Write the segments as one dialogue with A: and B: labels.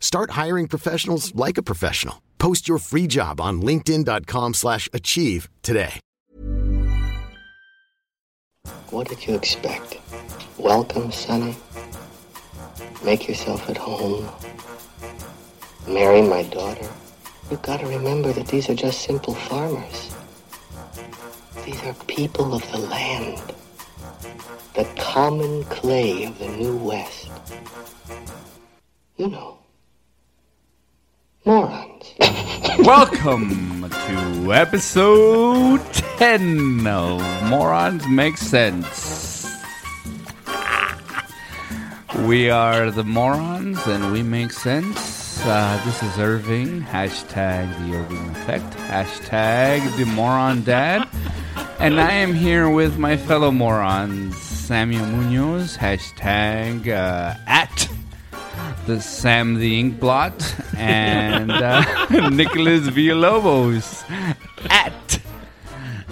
A: Start hiring professionals like a professional. Post your free job on linkedin.com/achieve slash achieve today.
B: What did you expect? Welcome, Sonny. Make yourself at home. Marry my daughter. You've got to remember that these are just simple farmers. These are people of the land. The common clay of the New West. You know. Morons.
C: Welcome to episode 10 of Morons Make Sense. We are the morons and we make sense. Uh, this is Irving, hashtag the Irving Effect, hashtag the Moron Dad. And I am here with my fellow morons, Samuel Munoz, hashtag uh, at the Sam the Inkblot, and uh, Nicholas Villalobos at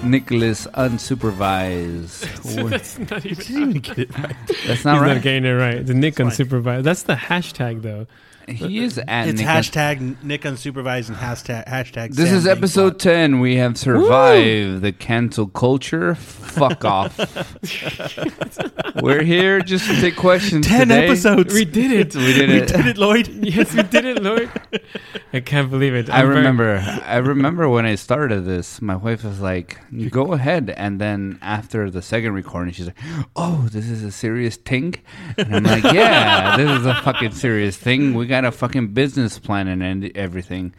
C: Nicholas Unsupervised.
D: That's not even.
E: She didn't even get it right.
C: That's not
D: He's
C: right.
D: not getting it right. The Nick unsupervised. That's the hashtag though.
C: He is at
E: It's
C: Nick.
E: hashtag Nick unsupervised and hashtag hashtag.
C: This
E: Sam
C: is
E: Big
C: episode
E: Plot.
C: 10. We have survived the cancel culture. Fuck off. We're here just to take questions.
E: Ten
C: today.
E: episodes.
D: We did it.
C: We did
E: We
C: it.
E: did it, Lloyd.
D: yes, we did it, Lloyd. I can't believe it.
C: I
D: I'm very-
C: remember. I remember when I started this. My wife was like, "Go ahead," and then after the second recording, she's like, "Oh, this is a serious thing," and I'm like, "Yeah, this is a fucking serious thing. We got a fucking business plan and end- everything."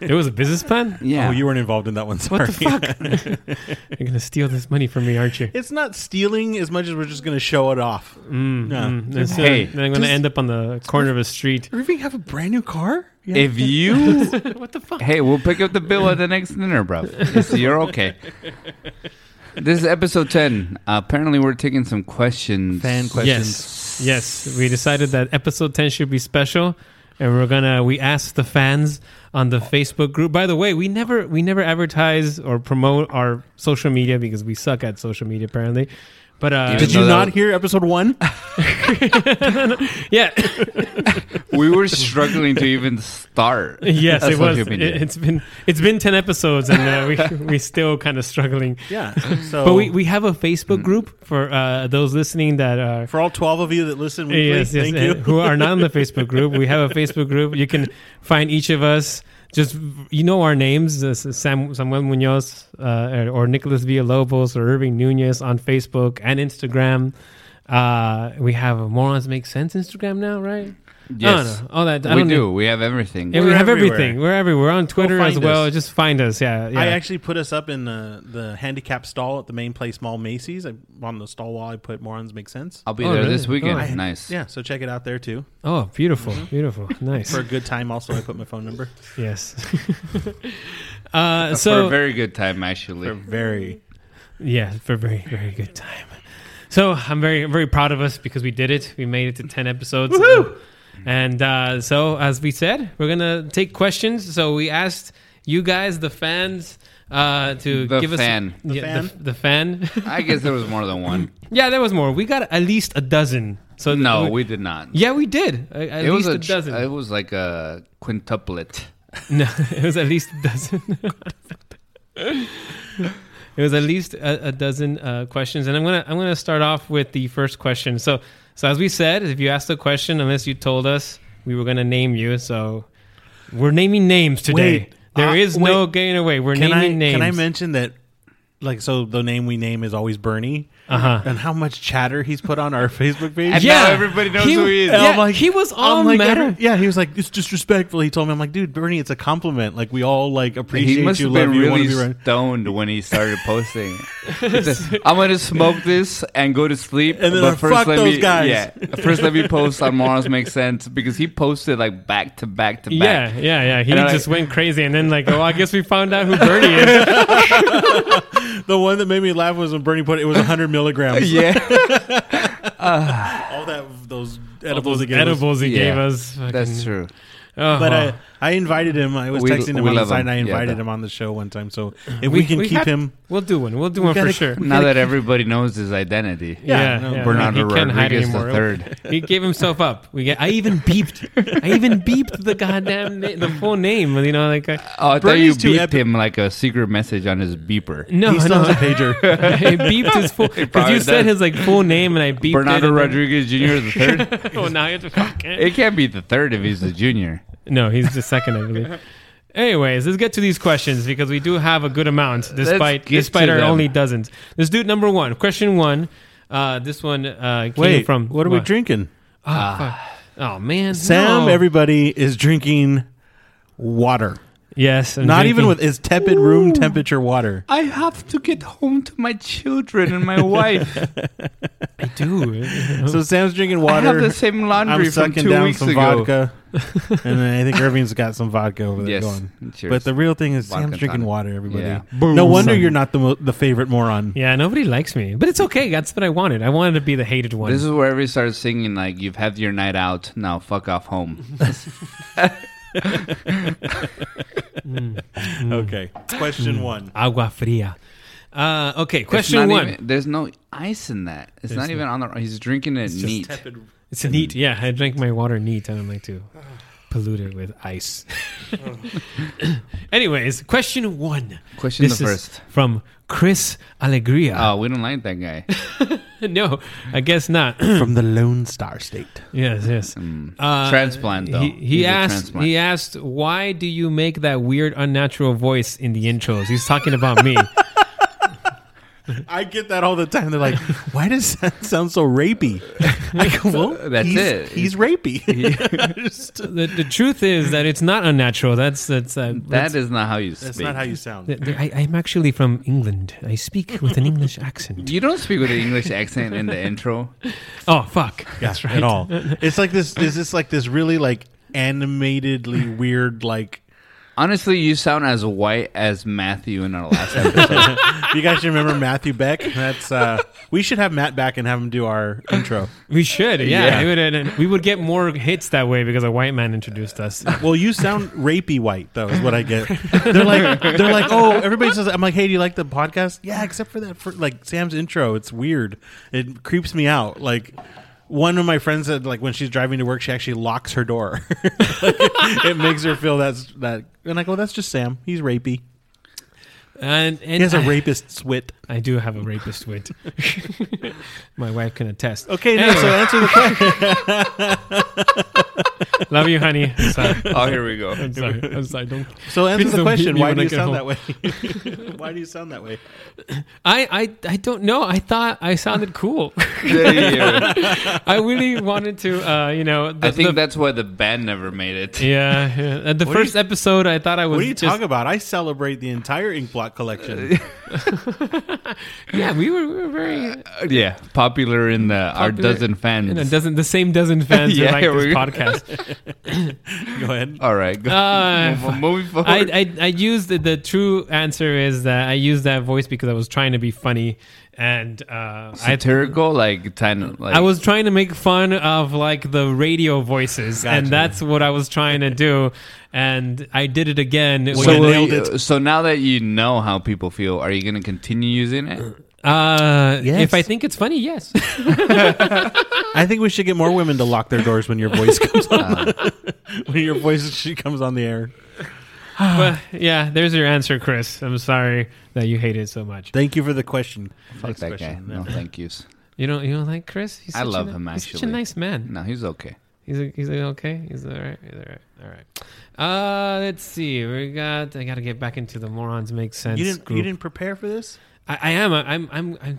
D: There was a business plan.
C: Yeah,
E: Oh, you weren't involved in that one. Sorry.
D: What the fuck? You're gonna steal this money from me, aren't you?
E: It's not stealing as much as we're just going to show it off.
D: Mm,
E: Yeah.
D: mm. And so
C: Hey,
D: then I'm gonna
E: does-
D: end up on the corner of a street.
E: Irving have a brand new car? Yeah.
C: if you,
D: what the fuck?
C: hey, we'll pick up the bill at the next dinner, bro. It's- you're okay. This is episode ten. apparently, we're taking some questions.
E: Fan questions.
D: Yes, yes. We decided that episode ten should be special, and we're gonna we asked the fans on the Facebook group. By the way, we never we never advertise or promote our social media because we suck at social media apparently. But uh,
C: Even
E: Did you
C: though
E: not
C: that-
E: hear episode one?
D: yeah,
C: We were struggling to even start.
D: yes,
C: That's
D: it
C: what
D: was.
C: you've
D: It,
C: been doing.
D: has been it's been ten episodes, and uh, we we still kind of struggling.
E: yeah. So,
D: But we, we have a
C: Mm.
D: Facebook group for uh, those listening that are
E: for all twelve of you that listen weekly,
D: yes, yes,
E: thank
D: uh,
E: you.
D: who are not on the Facebook group. We have a Facebook group. You can find each of us. Just you know our names: uh, Sam, Samuel Munoz, uh, or Nicholas Villalobos, or Irving Nunez on Facebook and Instagram. Uh, we have a Morons Make Sense Instagram now, right?
C: Yes.
D: Oh, that I
C: we
D: don't
C: do.
D: know.
C: We have everything.
D: Yeah, we
E: We're
D: have
E: everywhere.
D: everything. We're everywhere. We're on Twitter as
E: find
D: well.
E: us.
D: Just find us. Yeah, yeah.
E: I actually put us up in the, the handicap stall at the main place mall Macy's. I, on the stall wall, I put morons make sense.
C: I'll be
D: Oh,
C: there
D: really?
C: this weekend.
D: Oh. I-
C: nice.
E: Yeah, so check it out there too.
D: oh, beautiful, beautiful, nice.
E: Mm-hmm. For a good time, also I put my phone number.
D: yes. uh,
C: for
D: so
C: a very good time, actually.
E: Very
D: Yeah, for a very, very good time. So I'm very, very proud of us because we did it. We made it to 10 episodes. And uh, so, as we said, we're going to take questions. So we asked you guys, the fans, uh, to
C: The
D: give
C: fan.
D: us yeah,
E: fan?
D: The, the fan.
C: I guess there was more than one.
D: yeah, there was more. We got at least a dozen. So
C: No, we did not.
D: yeah, we did. A- At
C: it was
D: least
C: a,
D: a,
C: tr-
D: dozen.
C: It was like a quintuplet.
D: No, it was at least a dozen. it was at least a, a dozen uh, questions, and I'm gonna I'm gonna start off with the first question. So so as we said, if you asked a question, unless you told us, we were gonna name you. So we're naming names today.
E: Wait,
D: There
E: uh,
D: is no
E: wait.
D: getting away. We're
E: Can
D: naming
E: I
D: names.
E: can I mention that like so the name we name is always Bernie.
D: Uh-huh.
E: And how much chatter he's put on our Facebook page.
C: And now everybody knows who he is.
D: Yeah,
E: I'm like-
D: he was
E: I'm
D: on
E: like,
D: matter.
E: every- yeah, he was like, it's disrespectful. He told me, I'm like, dude, Bernie, it's a compliment. Like, we all like appreciate
C: He must
E: you,
C: have been
E: love you, want
C: really
E: to be around.
C: stoned when he started posting. It's a- I'm gonna smoke this and go to sleep.
E: And then
C: but
E: like,
C: first
E: fuck
C: let
E: those
C: me,
E: guys.
C: yeah. First let me post on Morons Make Sense because he posted like back to back to back.
D: Yeah, yeah, yeah. He
C: And I-
D: just went crazy, and then like, oh, I guess we found out who Bernie is.
E: The one that made me laugh was when Bernie put it was 100 milligrams.
C: Yeah,
E: All that those
D: All
E: edibles
D: those
E: again.
D: edibles he
C: Yeah.
D: gave us. Oh,
C: that's true.
E: But
D: Uh-huh.
E: I, I invited him. I was
C: We-
E: texting him
C: we
E: on the
C: love
E: side,
C: him.
E: and I
C: Yeah,
E: invited
C: that-
E: him on the show one time. So if we, can keep
D: have-
E: him,
D: We'll do one. We'll do one for
E: gotta-
D: sure.
C: Now that everybody knows his identity,
D: Yeah,
E: no,
D: yeah,
C: Bernardo
D: he can't hide
C: Rodriguez the
D: anymore.
C: third.
D: He gave himself up. We get, I even beeped. I even beeped the goddamn na- the full name. You know, like I,
C: Oh, I
E: Bernie's
C: thought
E: too
C: you beeped
E: epic.
C: him like a secret message on his beeper.
D: no,
E: he still
D: no.
E: has a pager.
D: I beeped his full because
C: probably
D: you said
C: does.
D: his like full name, and I beeped
C: Bernardo
D: it.
C: Rodriguez Jr. the third.
D: oh, now you have to fuck it.
C: It can't be the third if he's the junior.
D: No, he's the second, I believe. Anyways, let's get to these questions because we do have a good amount, despite
C: get
D: despite
C: to
D: our
C: them.
D: only dozens. Let's do number one. Question one. Uh, this one uh, came
E: Wait,
D: from
E: what are we drinking?
D: Oh man,
E: Sam,
D: no.
E: everybody is drinking water.
D: yes, I'm
E: Not even
D: drinking-
E: with it's tepid room temperature water.
C: I have to get home to my children and my wife.
D: dude.
E: So Sam's drinking
C: I
E: water.
C: have the same laundry
E: I'm
C: from
E: sucking
C: two
E: down
C: weeks
E: some
C: ago.
E: vodka, and then I think Irving's got some vodka over there
C: Yes.
E: going.
C: Cheers.
E: But the real thing is
C: Vodka
E: Sam's drinking
C: tonic.
E: water. Everybody.
C: Yeah.
E: No wonder you're not the mo- the favorite moron.
D: yeah, nobody likes me, but it's okay. That's what I wanted. I wanted to be the hated one.
C: This is where we start singing like you've had your night out, now fuck off home.
E: Okay.
C: Mm.
E: Question one.
D: Agua fria. Uh, okay, question
C: It's not
D: one.
C: even- there's no ice in that. It's not even on the. He's drinking it neat.
D: It's neat. Yeah, I drank my water neat. I don't like to pollute it with ice. Anyways, question one.
C: Question
D: This
C: the
D: is
C: first.
D: from Chris Alegria.
C: Oh, we don't like that guy. Oh.
D: no, I guess not.
E: From the Lone Star State.
D: yes, yes. Uh,
C: transplant though.
D: He,
C: He's
D: he
C: a
D: asked.
C: transplant.
D: He asked, "Why do you make that weird, unnatural voice in the intros?" He's talking about me.
E: I get that all the time. They're like, why does that sound so rapey? I go, well,
C: That's
E: he's,
C: it.
E: He's rapey.
D: the, the truth is that it's not unnatural. That's that's uh,
C: That is not how you speak.
E: That's not how you sound.
D: th- th- I, I'm actually from England. I speak with an English accent.
C: You don't speak with an English accent in the intro.
D: Oh fuck! That's
E: at all. It's like this. Is this like this really like animatedly weird? Like
C: Honestly, you sound as white as Matthew in our last episode.
E: you guys remember Matthew Beck? That's uh we should have Matt back and have him do our intro.
D: We should, yeah.
C: Yeah.
D: We, would, and we would get more hits that way because a white man introduced us.
E: Well, you sound rapey white though, is what I get. They're like they're like, oh, everybody says. I'm like, hey, do you like the podcast? Yeah, except for that, for, like Sam's intro. It's weird. It creeps me out. Like. One of my friends said, like when she's driving to work, she actually locks her door. Like, it makes her feel that's that, and I go, "That's just Sam. He's rapey.
D: And,
E: He
D: and
E: has a
D: I-
E: rapist swit."
D: I do have a rapist wit. My wife can attest.
E: Okay, no, so answer the question.
D: Love you, honey. I'm sorry.
C: oh, here we go.
D: I'm sorry. I'm sorry. Don't.
E: So answer
D: Please
E: the
D: don't beat
E: question.
D: me
E: Why
D: when
E: do
D: I
E: you
D: get
E: sound that
D: home.
E: way? Why do you sound that way?
D: I, I I don't know. I thought I sounded cool.
C: Yeah.
D: I really wanted to, uh, you know. The,
C: I think
D: the-
C: that's why the band never made it.
D: Yeah, yeah. At the
E: do you-
D: first episode, I thought I was.
E: What are you
D: just,
E: talking about? I celebrate the entire ink blot collection.
D: Yeah, we were, we were very.
E: Uh,
C: Yeah, popular in the our
D: popular-
C: dozen fans.
D: You know, dozen, the same dozen fans who
C: Mm. Yeah,
D: like
C: we-
D: this podcast.
E: Go ahead.
C: All right, go.
D: Uh,
C: Move- moving forward.
D: I, I I used the, the true answer is that I used that voice because I was trying to be funny and uh, I
C: satirical, like kind of like
D: I was trying to make fun of like the radio voices and that's what I was trying to do and I did it again.
C: So,
E: you
C: will
E: nailed
C: you-
E: it.
C: so now that you know how people feel, are you going to continue using it?
D: uh,
E: Yes.
D: If I think it's funny, yes.
E: I think we should get more women to lock their doors when your voice comes on. when your voice she comes on the air.
D: but yeah, there's your answer, Chris. I'm sorry that you hate it so much.
E: Thank you for the question.
C: Fuck that guy. No, thank yous.
D: You don't you don't like Chris? He's
C: I
D: such a
C: love
D: ni-
C: him,
D: he's such a
C: actually.
D: nice man.
C: No, he's okay.
D: He's he's like, okay. He's all right. He's all right. All right. Uh, let's see. We got. I got to get back into the morons make sense.
E: You didn't.
D: group.
E: You didn't prepare for this.
D: I, I am. I'm. I'm. I'm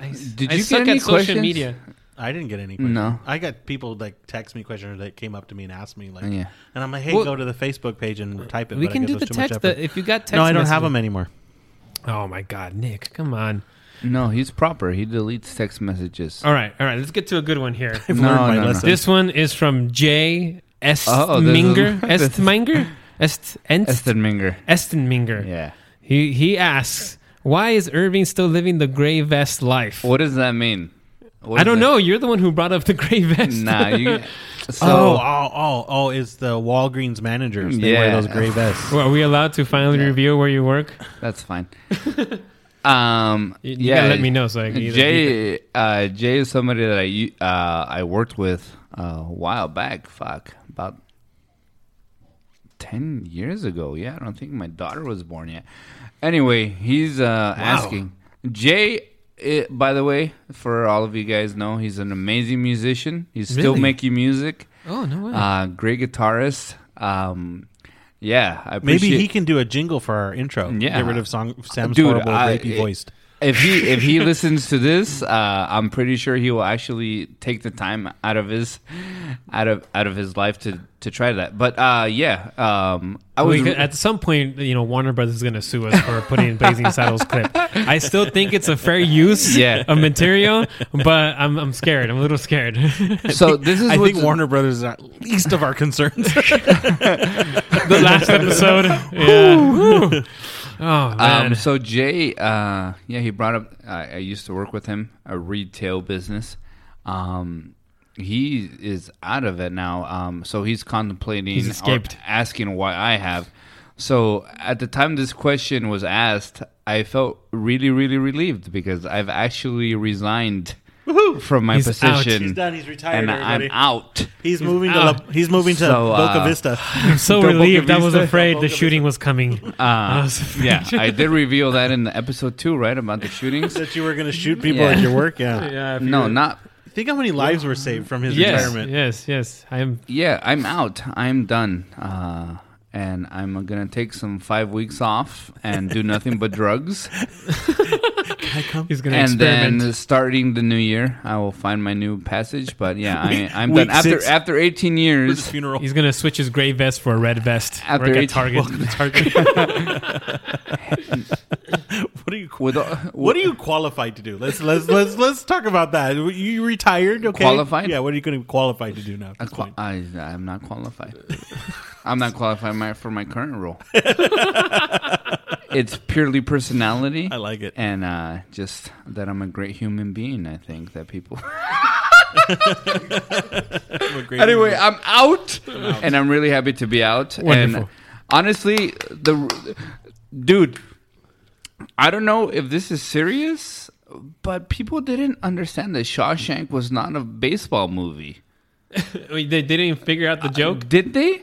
D: I,
C: Did
D: I
C: you
D: suck
C: get any
D: at social
C: questions?
D: media.
E: I didn't get any. Questions.
C: No.
E: I got people like text me questions that came up to me and asked me like,
C: Yeah.
E: and I'm like, hey,
D: Well,
E: go to the Facebook page and type it.
D: we
E: but I
D: can
E: guess
D: do
E: it
D: the
E: was too much
D: text.
E: effort.
D: That, if you got text,
E: no, I don't have
D: messages-
E: them anymore.
D: Oh my god, Nick, come on.
C: No, he's proper. He deletes text messages.
D: All right, all right. Let's get to a good one here.
E: I've
C: No,
E: learned my
C: no, no.
E: lesson.
D: this one is from J.
C: Oh, there's a-
D: Estminger. Estminger. Est. Enst.
C: Esther Minger.
D: Estenminger.
C: Yeah.
D: He he asks, why is Irving still living the gray vest life?
C: What does that mean? What
D: I
C: is
D: don't
C: that?
D: know. You're the one who brought up the gray vest.
C: Nah, you. So,
E: oh, oh, oh, oh! It's the Walgreens managers. They wear
C: Yeah.
E: those gray vests.
D: Well, are we allowed to finally reveal where you work?
C: That's fine. um,
D: You, you
C: yeah,
D: gotta let me know so I can either beep
C: Jay, uh, Jay is somebody that I u- uh, I worked with uh, a while back. Fuck, about ten years ago. Yeah, I don't think my daughter was born yet. Anyway, he's uh, asking Jay. eh, by the way, for all of you guys know, he's an amazing musician. He's still
D: Really?
C: making music.
D: Oh, no way.
C: Uh, great guitarist. Um, yeah, I
E: Maybe
C: appreciate
E: he can do a jingle for our intro.
C: Yeah.
E: Get rid of song Sam's
C: Dude,
E: horrible
C: I-
E: rapey
C: it-
E: voice.
C: if he if he listens to this, uh, I'm pretty sure he will actually take the time out of his out of out of his life to to try that. But uh, yeah, um, I was
D: We could- at some point, you know, Warner Brothers is going to sue us for putting in Blazing Saddles clip. I still think it's a fair use
C: Yeah.
D: of material, but I'm, I'm scared. I'm a little scared. the
C: so this is
E: I
C: what's-
E: think Warner Brothers is our least of our concerns.
D: last episode. Yeah. Woo. Oh, man.
C: Um, so Jay, uh, yeah, he brought up. I I used to work with him a retail business. Um, he is out of it now. Um, so he's contemplating
D: He's
C: or
D: escaped.
C: asking why I have. So at the time this question was asked, I felt really, really relieved because I've actually resigned from my
D: He's out.
C: position.
E: He's done. He's retired,
C: and
E: everybody.
C: I'm out.
E: He's moving to
D: out.
E: La, he's moving to
C: So, uh,
E: Boca Vista.
D: I'm so
C: Double
D: relieved. I was
C: Gavista.
D: afraid the shooting was coming. I was afraid.
C: Uh, Yeah, I did reveal that in the episode two, right, about the shootings.
E: that you were going to shoot people
C: Yeah.
E: at your work. Yeah.
D: Yeah,
C: No, not
E: Think how many lives were saved from his
D: yes,
E: retirement.
D: yes, yes. I am.
C: yeah, I'm out. I'm done. Uh, and I'm gonna take some five weeks off and do nothing but drugs.
D: He's going to
C: and
D: experiment.
C: then starting the new year, I will find my new passage. But yeah, I, I'm
E: Week
C: done. After
E: six.
C: after 18
E: His
C: years,
E: funeral.
D: He's gonna switch his gray vest for a red vest.
C: After
D: Work at
C: eight-
D: Target.
E: what are you? qu-
C: with all-
E: What are you qualified to do? Let's let's let's let's talk about that. You retired, okay?
C: Qualified?
E: Yeah. What are you going to be qualified to do now? at
C: I
E: this point?
C: am not qualified. I'm not qualified my, for my current role. it's purely personality.
E: I like it.
C: And uh, just that I'm a great human being, I think that people.
E: I'm a great
C: anyway,
E: leader.
C: I'm out, and I'm really happy to be out. And
D: Wonderful.
C: honestly, the dude, I don't know if this is serious, but people didn't understand that Shawshank was not a baseball movie.
D: Wait, they didn't even figure out the joke.
C: Did they?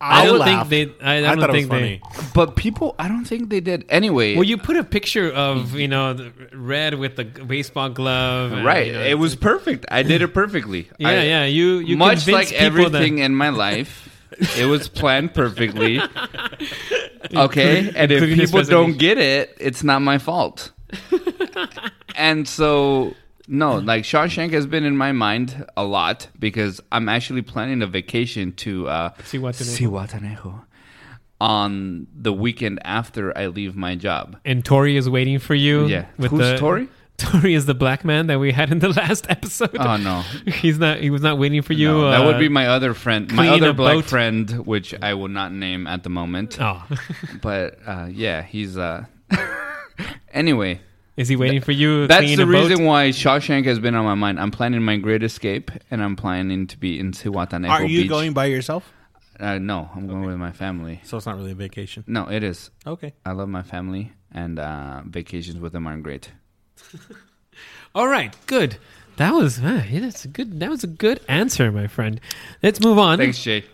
D: I don't
E: laughed.
D: think they. I, I don't
E: thought
D: think
E: it was
D: they.
E: funny.
C: But people, I don't think they did. Anyway,
D: Well, you put a picture of you know the red with the g- baseball glove. and,
C: right?
D: you know,
C: it was perfect. I did it perfectly.
D: Yeah,
C: I-
D: yeah. You you
C: much like
D: convinced people that-
C: everything in my life. It was planned perfectly. Okay, and if
D: including this
C: people don't
D: presentation.
C: get it, it's not my fault. and so, no, like Shawshank has been in my mind a lot because I'm actually planning a vacation to uh,
D: Zihuatanejo.
C: Zihuatanejo on the weekend after I leave my job.
D: and Tori is waiting for you.
C: Yeah. Who's Tori?
D: Tori is the black man that we had in the last episode.
C: Oh, no.
D: he's not. He was not waiting for you.
C: No, that would
D: uh,
C: be my other friend, my
D: clean
C: other
D: a
C: black
D: boat.
C: friend, which I will not name at the moment.
D: Oh,
C: But uh, yeah, he's. Uh, anyway,
D: is he waiting for you?
C: that's
D: cleaning
C: the
D: a boat?
C: reason why Shawshank has been on my mind. I'm planning my great escape, and I'm planning to be in Cihuatanejo
E: Are you
C: Beach.
E: going by yourself?
C: Uh, no, I'm going with my family.
E: So it's not really a vacation.
C: No, it is.
E: Okay.
C: I love my family, and uh, vacations with them aren't great.
D: All right, good. That was uh, yeah, that's a good. That was a good answer, my friend. Let's move on.
C: Thanks, Jay.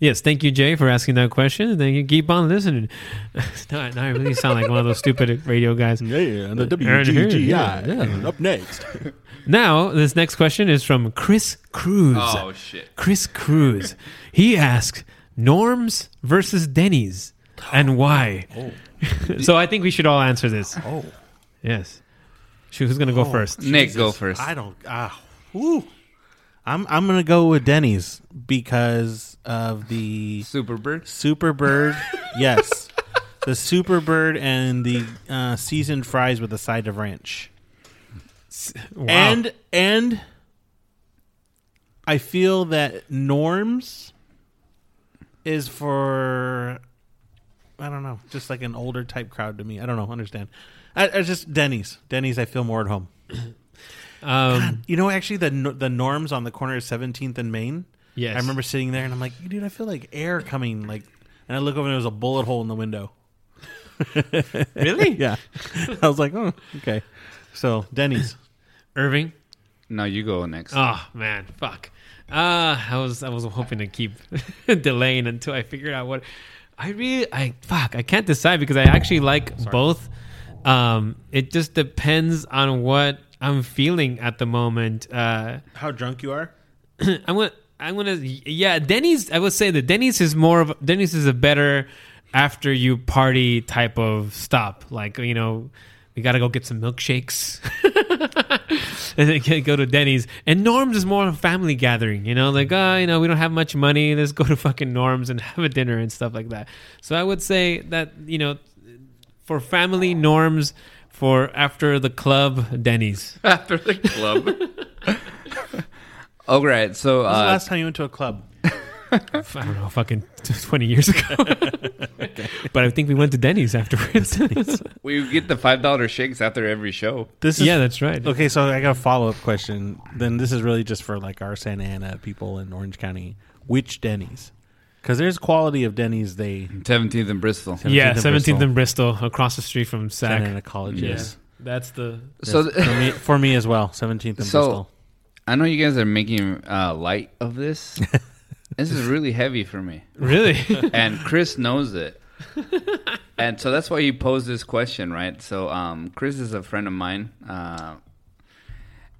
D: yes, thank you, Jay, for asking that question. And thank you. Keep on listening. now, I- now I really sound like one of those stupid radio guys.
E: Yeah, and the
D: Aaron here, WGGI. yeah, yeah.
E: And up next.
D: Now, this next question is from Chris Cruz.
C: Oh shit.
D: Chris Cruz. He asked Norms versus Denny's and why. so I think we should all answer this.
E: Oh,
D: Yes. Shoot, who's going to go first?
C: Nick, go first.
E: I don't. Ah, whew. I'm I'm gonna go with Denny's because of the
C: Super Bird.
E: Superbird. yes, the Superbird and the uh, seasoned fries with a side of ranch.
D: Wow.
E: And and I feel that norms is for I don't know, just like an older type crowd to me. I don't know, understand. I, I just Denny's. Denny's I feel more at home.
D: um,
E: You know, actually the no- the norms on the corner of 17th and Main.
D: Yes.
E: I remember sitting there and I'm like, dude, I feel like air coming like and I look over and there was a bullet hole in the window.
D: really?
E: Yeah. I was like, "Oh, okay." So, Denny's.
D: Irving?
C: No, you go next.
E: Uh,
D: Oh man, fuck. Uh, I was I was hoping to keep delaying until I figured out what I really I fuck I can't decide because I actually like both. Um, it just depends on what I'm feeling at the moment. Uh,
E: How drunk you are?
D: I'm gonna I'm gonna yeah Denny's I would say that Denny's is more of Denny's is a better after you party type of stop like you know we gotta go get some milkshakes and then can go to Denny's and Norm's is more of a family gathering you know like uh you know we don't have much money let's go to fucking Norm's and have a dinner and stuff like that so I would say that you know for family Norm's for after the club Denny's
C: After the club. All right, so
E: When's the
C: uh,
E: last time you went to a club?
D: I don't know, fucking 20 years ago. But I think we went to Denny's afterwards.
C: we get the five dollar shakes after every show.
E: This is
D: yeah, that's right.
E: Okay, so I got a follow up question. Then this is really just for like our Santa Ana people in Orange County. Which Denny's? Because there's quality of Denny's they
C: Seventeenth in Bristol.
D: yeah,
E: 17th and
D: 17th in Bristol, across the street from
E: Santa
D: SAC.
E: Ana College
D: Yeah,
E: is.
D: that's the.
C: So, th-
E: For me, for me as well, seventeenth and
C: so
E: Bristol.
C: I know you guys are making uh, light of this. this is really heavy for me.
D: Really?
C: and Chris knows it. and so that's why he posed this question, right? So um, Chris is a friend of mine, uh,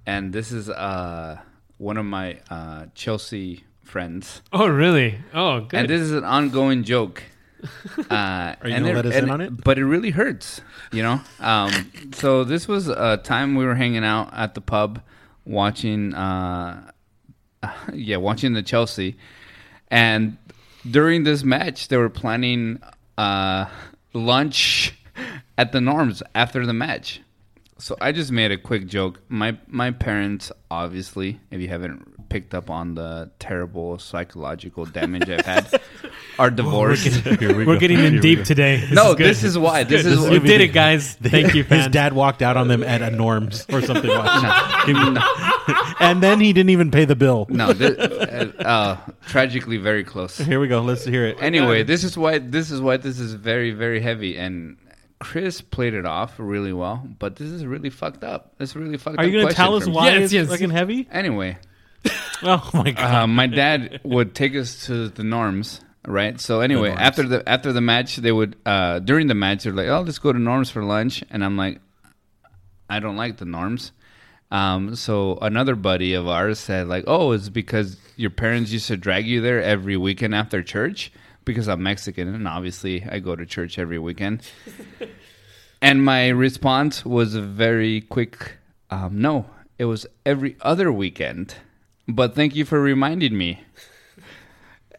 C: and this is uh, one of my uh, Chelsea friends.
D: oh, really? Oh, good.
C: And this is an ongoing joke. Uh, Are
E: you gonna let us in on it?
C: But it really hurts, you know. Um, so this was a time we were hanging out at the pub, watching, uh, yeah, watching the Chelsea, and during this match they were planning uh, lunch at the Norms after the match. So I just made a quick joke. My my parents, obviously, if you haven't picked up on the terrible psychological damage I've had, are divorced.
D: We're getting in deep today. This
C: no,
D: is good.
C: this is why. This
D: This
C: is
D: is-
C: why.
D: you did it, guys. Thank you, fans.
E: His dad walked out on them at a norms or something, like that. and then he didn't even pay the bill.
C: No, this, uh, uh, tragically very close.
E: Here we go. Let's hear it.
C: Anyway, this is why this is why this is very very heavy and. Chris played it off really well, but this is really fucked up. This is really fucked
E: Are
C: up.
E: you going to
C: question
E: tell us
C: for me.
E: why
D: Yes,
E: it's
D: yes.
E: fucking heavy?
C: Anyway,
E: Oh my god!
C: uh, my dad would take us to the norms right so anyway
E: norms.
C: after the after the match they would uh during the match they're like oh let's go to norms for lunch and i'm like i don't like the norms um so another buddy of ours said like oh it's because your parents used to drag you there every weekend after church because i'm mexican and obviously i go to church every weekend and my response was a very quick um, no. It was every other weekend. But thank you for reminding me.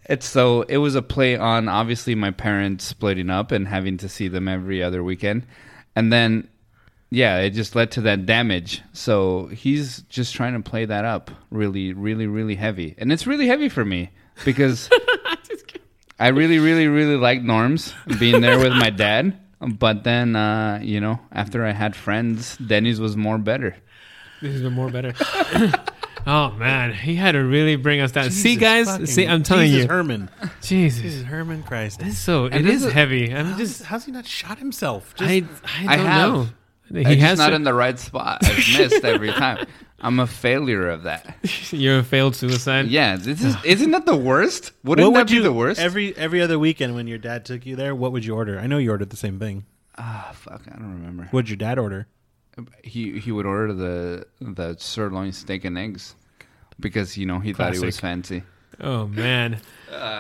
C: It's so it was a play on obviously my parents splitting up and having to see them every other weekend. And then yeah, it just led to that damage. So he's just trying to play that up really, really, really heavy. And it's really heavy for me because I really, really, really like Norms being there with my dad. But then, uh, you know, after I had friends, Denny's was more better.
D: This is more better. oh, man. He had to really bring us down. see, guys? See, I'm telling
E: Jesus
D: you.
E: Herman.
D: Jesus.
E: Jesus Herman Christ.
D: It's so,
C: And
D: it
C: this
D: is
C: is-
D: heavy. I'm
E: How's,
D: just.
E: how's he not shot himself? Just,
D: I, I don't
C: I have.
D: know. He
C: It's
D: has
C: not
D: to-
C: in the right spot. I've missed every time. I'm a failure of that.
D: you're a failed suicide.
C: Yeah, this is isn't that the worst? Wouldn't that be
E: you
C: the worst?
E: Every every other weekend when your dad took you there, what would you order? I know you ordered the same thing.
C: Ah, fuck, I don't remember.
E: What'd your dad order?
C: He he would order the the sirloin steak and eggs because you know he thought it was
D: Classic.
C: fancy.
D: Oh man.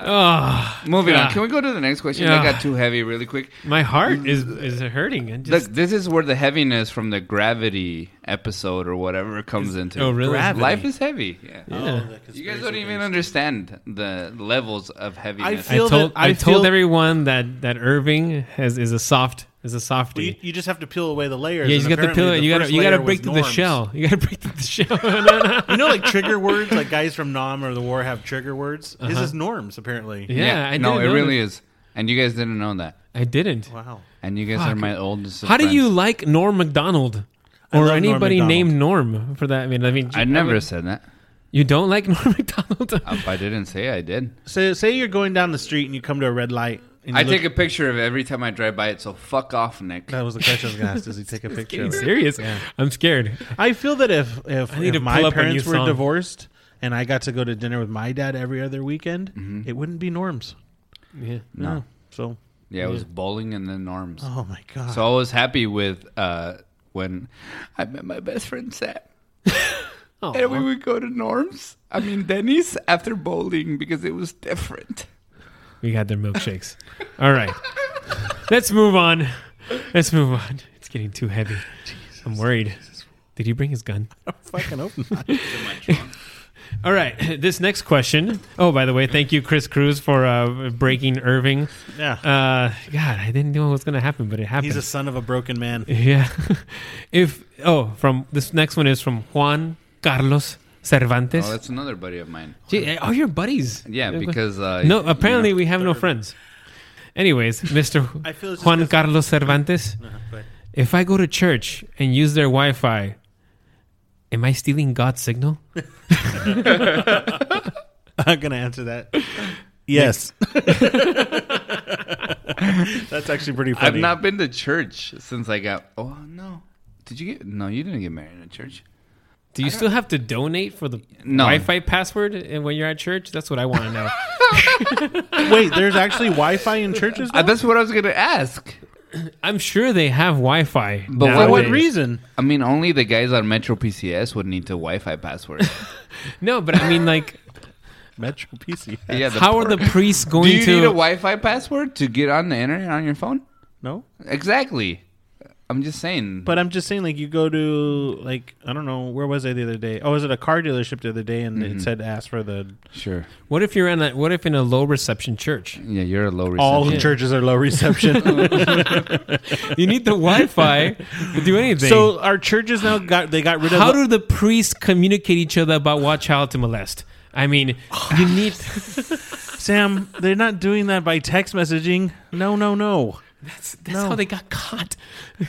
D: oh,
C: Moving
D: Ah.
C: on. Can we go to the next question?
D: Yeah.
C: That got too heavy really quick.
D: my heart is is hurting. And
C: Look,
D: just
C: this is where the heaviness from the gravity episode or whatever comes into.
D: oh, really?
E: Gravity.
C: Life is heavy. Yeah.
E: Oh,
D: Yeah.
C: You guys don't even understand the levels of heaviness.
D: I
E: feel
D: told
E: that-
D: I,
E: I
D: told
E: feel-
D: everyone that that Irving has is a soft is a softie.
E: You, you just have to peel away the layers.
D: yeah,
E: and
D: you got the
E: apparently
D: pillow. You got to
E: first
D: you got to
E: layer
D: break
E: was
D: through the
E: norms.
D: shell. You got to break through the shell.
E: You know, like trigger words, like guys from Nom or the War have trigger words. His is norms, apparently.
D: Uh-huh. yeah, I
C: no, it
D: didn't know
C: really
D: that.
C: is. And you guys didn't know that.
D: I didn't.
E: Wow.
C: And you guys are my oldest. of
D: How do you
C: friends.
D: like Norm Macdonald
E: I
D: or
E: love Norm
D: anybody
E: Macdonald.
D: named Norm for that? I mean, I mean,
C: I never
D: mean,
C: said that.
D: you don't like Norm Macdonald.
C: If I didn't say I did.
E: So, say you're going down the street and you come to a red light. And you
C: I
E: look-
C: take a picture of it every time I drive by it. So fuck off, Nick.
E: That was the question I was going to ask. Does he take a picture?
D: Are you
E: of it?
D: serious? I'm scared.
E: I feel that if if, if
D: need to pull
E: my
D: up a new
E: parents were
D: song.
E: divorced and I got to go to dinner with my dad every other weekend,
C: Mm-hmm.
E: it wouldn't be norms.
D: Yeah.
E: No. So,
C: Yeah, it was bowling and then norms.
E: oh my god.
C: So I was happy with uh, when I met my best friend Sam. And we would go to Norm's, I mean Denny's, after bowling because it was different.
D: We had their milkshakes. All right. Let's move on. Let's move on. It's getting too heavy. I'm worried. Did he bring his gun?
E: fucking open.
D: All right. This next question. Oh, by the way, thank you, Chris Cruz, for uh, breaking Irving.
E: yeah.
D: Uh, God, I didn't know what was going to happen, but it happened.
E: He's a son of a broken man.
D: Yeah. if oh, from this next one is from Juan Carlos Cervantes.
C: Oh, that's another buddy of mine.
D: Gee, all your buddies.
C: Yeah, because uh,
D: no, apparently we have no friends. Anyways, Mr.
E: I feel it's just
D: Juan
E: 'cause-
D: Carlos Cervantes, if I go to church and use their Wi-Fi, am I stealing God's signal?
E: I'm gonna answer that. Yes. That's actually pretty funny.
C: I've not been to church since I got. Oh no, did you get? No, you didn't get married in a church.
D: Do you still have to donate for the
C: No.
D: Wi-Fi password and when you're at church? That's what I want to know.
E: Wait, there's actually Wi-Fi in churches.
C: Uh,
E: Now?
C: that's what I was gonna ask.
D: I'm sure they have Wi-Fi.
C: But
E: For what
C: nowadays.
E: reason?
C: I mean, only the guys on Metro PCS would need the Wi-Fi password.
D: No, but I mean, like,
E: Metro PC.
C: yeah, the
D: how
C: poor-
D: are the priests going
C: Do you
D: to?
C: need a Wi-Fi password to get on the internet on your phone?
E: No,
C: Exactly. I'm just saying.
E: but I'm just saying, like, you go to like I don't know where was I the other day? Oh, I was at a car dealership the other day, and
C: Mm-hmm.
E: it said ask for the
C: sure.
D: What if you're in a what if in a low reception church?
C: Yeah, you're a low reception.
E: all churches are low reception.
D: You need the Wi-Fi to do anything.
E: so our churches now got they got rid of.
D: how do the priests communicate each other about what child to molest? I mean, you need
E: Sam, they're not doing that by text messaging. No, no, no.
D: that's how they got caught.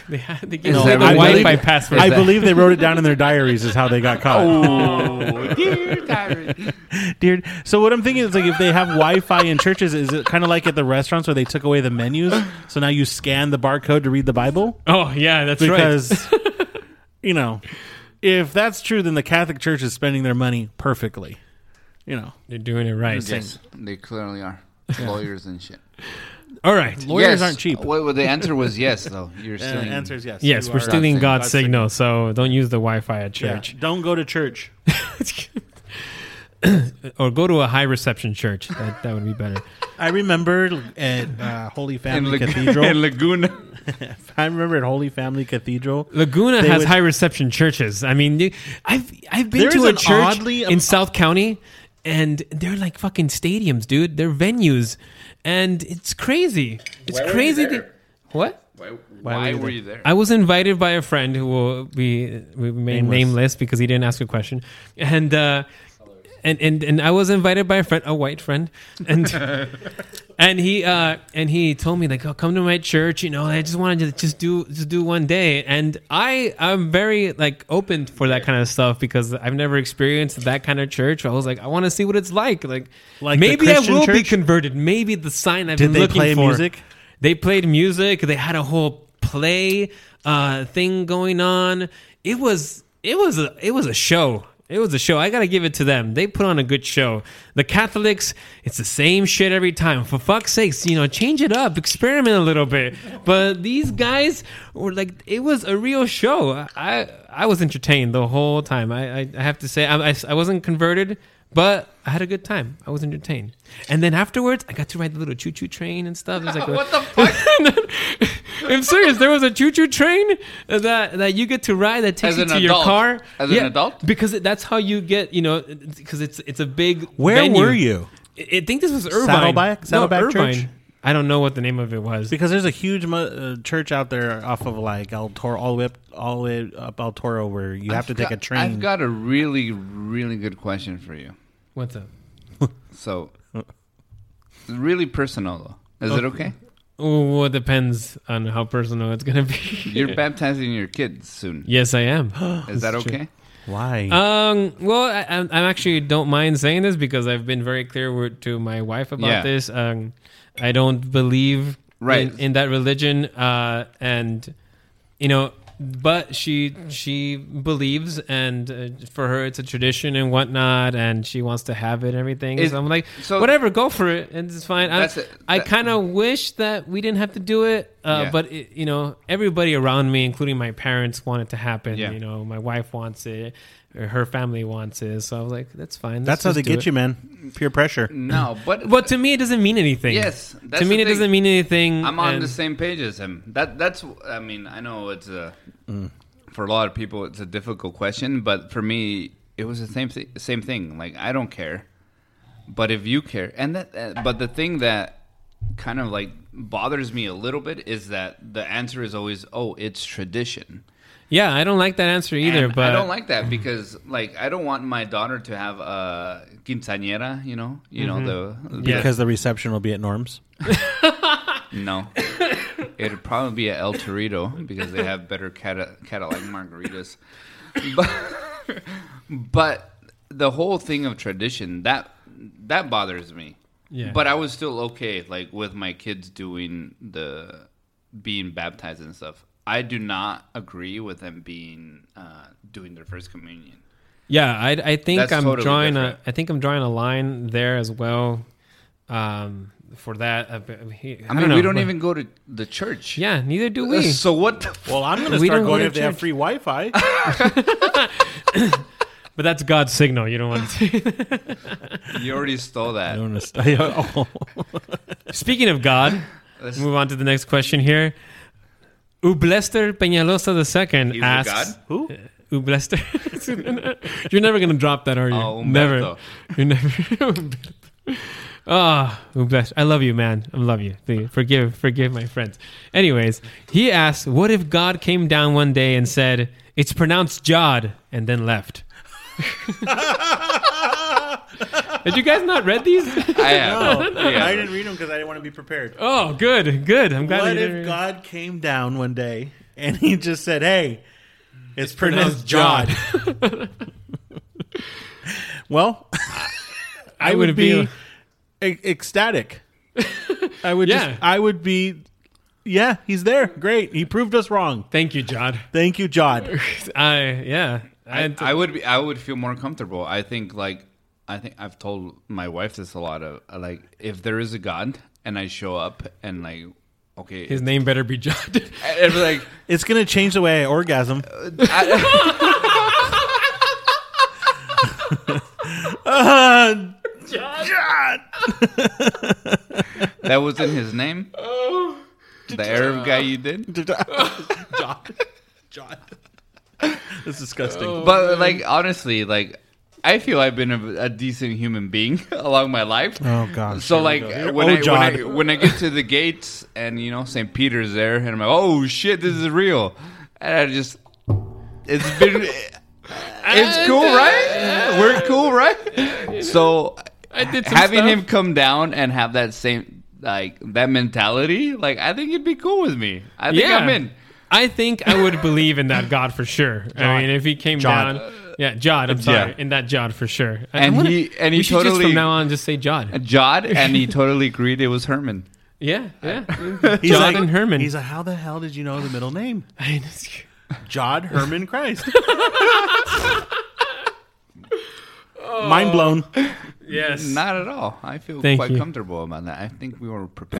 D: They had they gave
C: Is
D: away
C: that
D: the
C: right?
D: Wi-Fi
C: Really?
D: password.
E: I
C: that-
E: believe they wrote it down in their diaries is how they got caught.
C: Oh, dear diary.
E: Dear, so what I'm thinking is like if they have Wi-Fi in churches, is it kind of like at the restaurants where they took away the menus, so now you scan the barcode to read the Bible?
D: oh yeah, that's right.
E: Because you know, if that's true, then the Catholic Church is spending their money perfectly. You know,
D: They're doing it right.
C: Yes, they clearly are lawyers and shit.
D: All right.
E: lawyers
C: Yes.
E: aren't cheap.
C: Well, well, the answer was yes, though. You're
E: Uh,
C: stealing.
E: answer is yes.
D: Yes,
E: You
D: we're
E: are-
D: stealing
C: saying
D: God's,
C: God's
D: signal, so don't use the Wi-Fi at
E: Yeah.
D: church.
E: Don't go to church.
D: or go to a high reception church. That, that would be better.
E: I remember at uh, Holy
C: In,
E: Family
C: Lag-
E: Cathedral.
C: in Laguna.
E: I remember at Holy Family Cathedral.
D: Laguna
E: They
D: has
E: would-
D: high reception churches. I mean, you- I've I've been
E: There
D: to
E: is
D: a
E: an
D: church
E: oddly-
D: in South County, and they're like fucking stadiums, dude. They're venues, and it's crazy. It's
C: Why were you
D: crazy.
C: there?
D: that- what?
C: Why, why were you there?
D: I was invited by a friend who will be we remain nameless because he didn't ask a question, and uh, and and and I was invited by a friend, a white friend, and and he uh, and he told me like, oh, come to my church, you know, I just wanted to just do just do one day, and I I'm very like open for that kind of stuff because I've never experienced that kind of church. I was like, I want to see what it's like, like,
E: Like the
D: maybe I
E: Christian
D: will be
E: church?
D: converted. Maybe the sign I've
E: Did
D: been
E: they
D: looking
E: play
D: for
E: music?
D: they played music. They had a whole play uh, thing going on. It was it was a it was a show. It was a show. I gotta give it to them. They put on a good show. The Catholics, it's the same shit every time. For fuck's sakes, you know, change it up, experiment a little bit. But these guys were like, it was a real show. I I was entertained the whole time. I I, I have to say, I, I I wasn't converted, but I had a good time. I was entertained. And then afterwards, I got to ride the little choo-choo train and stuff. It was like what the fuck? I'm serious. There was a choo-choo train that that you get to ride that takes
C: As
D: you
C: an
D: to your
C: adult.
D: car
C: As an adult?
D: because that's how you get you know because it's it's a big.
E: Where
D: venue.
E: were you?
D: I I think this was Irvine.
E: Saddleback- Saddleback
D: no, Irvine.
E: Church?
D: I don't know what the name of it was.
E: Because there's a huge mu- uh, church out there off of like El Toro, all the way up, all the way up El Toro, where you have to take a train.
C: I've got a really, really good question for you.
D: What's up?
C: So, it's really personal though. Is it okay?
D: Oh, it depends on how personal it's gonna be.
C: You're baptizing your kids soon.
D: yes, I am.
C: Is that okay?
E: Why?
D: Um. Well, I, I'm I'm actually don't mind saying this because I've been very clear with, to my wife about
C: Yeah.
D: this. Um, I don't believe
C: Right.
D: in, in that religion. Uh, and you know, but she she believes, and uh, for her it's a tradition and whatnot, and she wants to have it and everything.
C: Is-
D: so I'm like,
C: so-
D: whatever, go for it, and it's fine. I,
C: That's it.
D: I
C: That-
D: kind of wish that we didn't have to do it, uh,
C: Yeah.
D: but it, you know, everybody around me, including my parents, want it to happen.
C: Yeah.
D: You know, my wife wants it, or her family wants it. So I was like, that's fine.
E: That's
D: let's
E: how
D: just
E: they
D: do
E: get
D: it.
E: you, man. Pure pressure.
C: No, but
D: But to me, it doesn't mean anything.
C: Yes, that's
D: to me,
C: the
D: it doesn't
C: thing.
D: mean anything.
C: I'm on
D: and-
C: the same page as him. That that's I mean I know it's a
D: Mm.
C: for a lot of people it's a difficult question, but for me it was the same thi- same thing. Like I don't care, but if you care, and that uh, but the thing that kind of like bothers me a little bit is that the answer is always oh it's tradition.
D: Yeah, I don't like that answer either.
C: And
D: but
C: I don't like that because like I don't want my daughter to have a quinceañera, you know, you know
D: Mm-hmm.
C: the, the
E: Because the reception will be at Norm's.
C: No. It'd probably be a El Torito because they have better Cata- Cadillac margaritas. But, but the whole thing of tradition that that bothers me.
D: Yeah.
C: But I was still okay, like with my kids doing the being baptized and stuff. I do not agree with them being uh, doing their first communion.
D: Yeah, I, I think
C: That's
D: I'm
C: totally
D: drawing
C: different.
D: a I think I'm drawing a line there as well. Um, for that, I, I mean,
C: I mean, we don't
D: but-
C: even go to the church.
D: Yeah, neither do we.
C: So what? The f-
E: Well, I'm going
D: We don't go to church.
E: free Wi-Fi.
D: but that's God's signal. You don't want to.
C: you already stole that.
D: Speaking of God, let's move on to the next question here. Ublester Peñalosa II
C: He's a
D: asks,
C: god?
E: Who?
D: Ublester, you're never gonna drop that, are you?
C: Oh,
D: never.
C: Umberto.
D: You're never. Ah, Ublester, I love you, man. I love you. Please, Forgive, forgive my friends. Anyways, he asks, what if God came down one day and said, "It's pronounced Jod," and then left? Had you guys not read these?
C: I have. Yeah.
E: Oh, I didn't read them because I didn't want to be prepared.
D: Oh, good, good. I'm glad.
E: What
D: you didn't
E: if
D: read-
E: God came down one day and he just said, "Hey, it's, pronounced
D: pronounced
E: Jod." well, I, would,
D: would
E: be,
D: be-
E: ec- ecstatic. I would
D: Yeah.
E: just I would be yeah, he's there. Great. He proved us wrong.
D: Thank you, Jod.
E: Thank you, Jod.
D: I yeah.
C: I, I would be I would feel more comfortable. I think like I think I've told my wife this a lot of like if there is a god and I show up and like okay
D: his name better be Jod.
C: I'd be like
E: It's going to change the way I orgasm.
C: I,
E: Uh,
C: that wasn't his name. The Arab guy you did,
E: That's disgusting.
C: but like honestly, like I feel I've been a, a decent human being along my life.
E: Oh, gosh.
C: So like
E: Oh,
C: uh, when, I, when I
E: John.
C: when I get to the gates and you know St. Peter's there and I'm like, oh shit, this is real, and I just it's been it's cool,
D: uh,
C: right? We're cool, right? So
D: I did some
C: having
D: stuff.
C: him come down and have that same like that mentality, like I think it'd be cool with me. I think I'm in.
D: I think I would believe in that God for sure. I mean, if he came
E: Jod.
D: down, yeah, Jod. I'm sorry,
E: Yeah.
D: in that Jod for sure. I- I
C: And
D: wanna-
C: he- and he
D: we should just
C: totally-
D: from now on just say Jod.
C: Jod, and he totally agreed it was Herman.
D: Yeah, yeah.
E: He's
D: John and Herman.
E: He's like, how the hell did you know the middle name?
D: I just-
E: Jod Herman Christ. Mind blown.
D: yes.
C: Not at all. I feel
D: Thank
C: quite
D: you.
C: comfortable about that. I think we were prepared.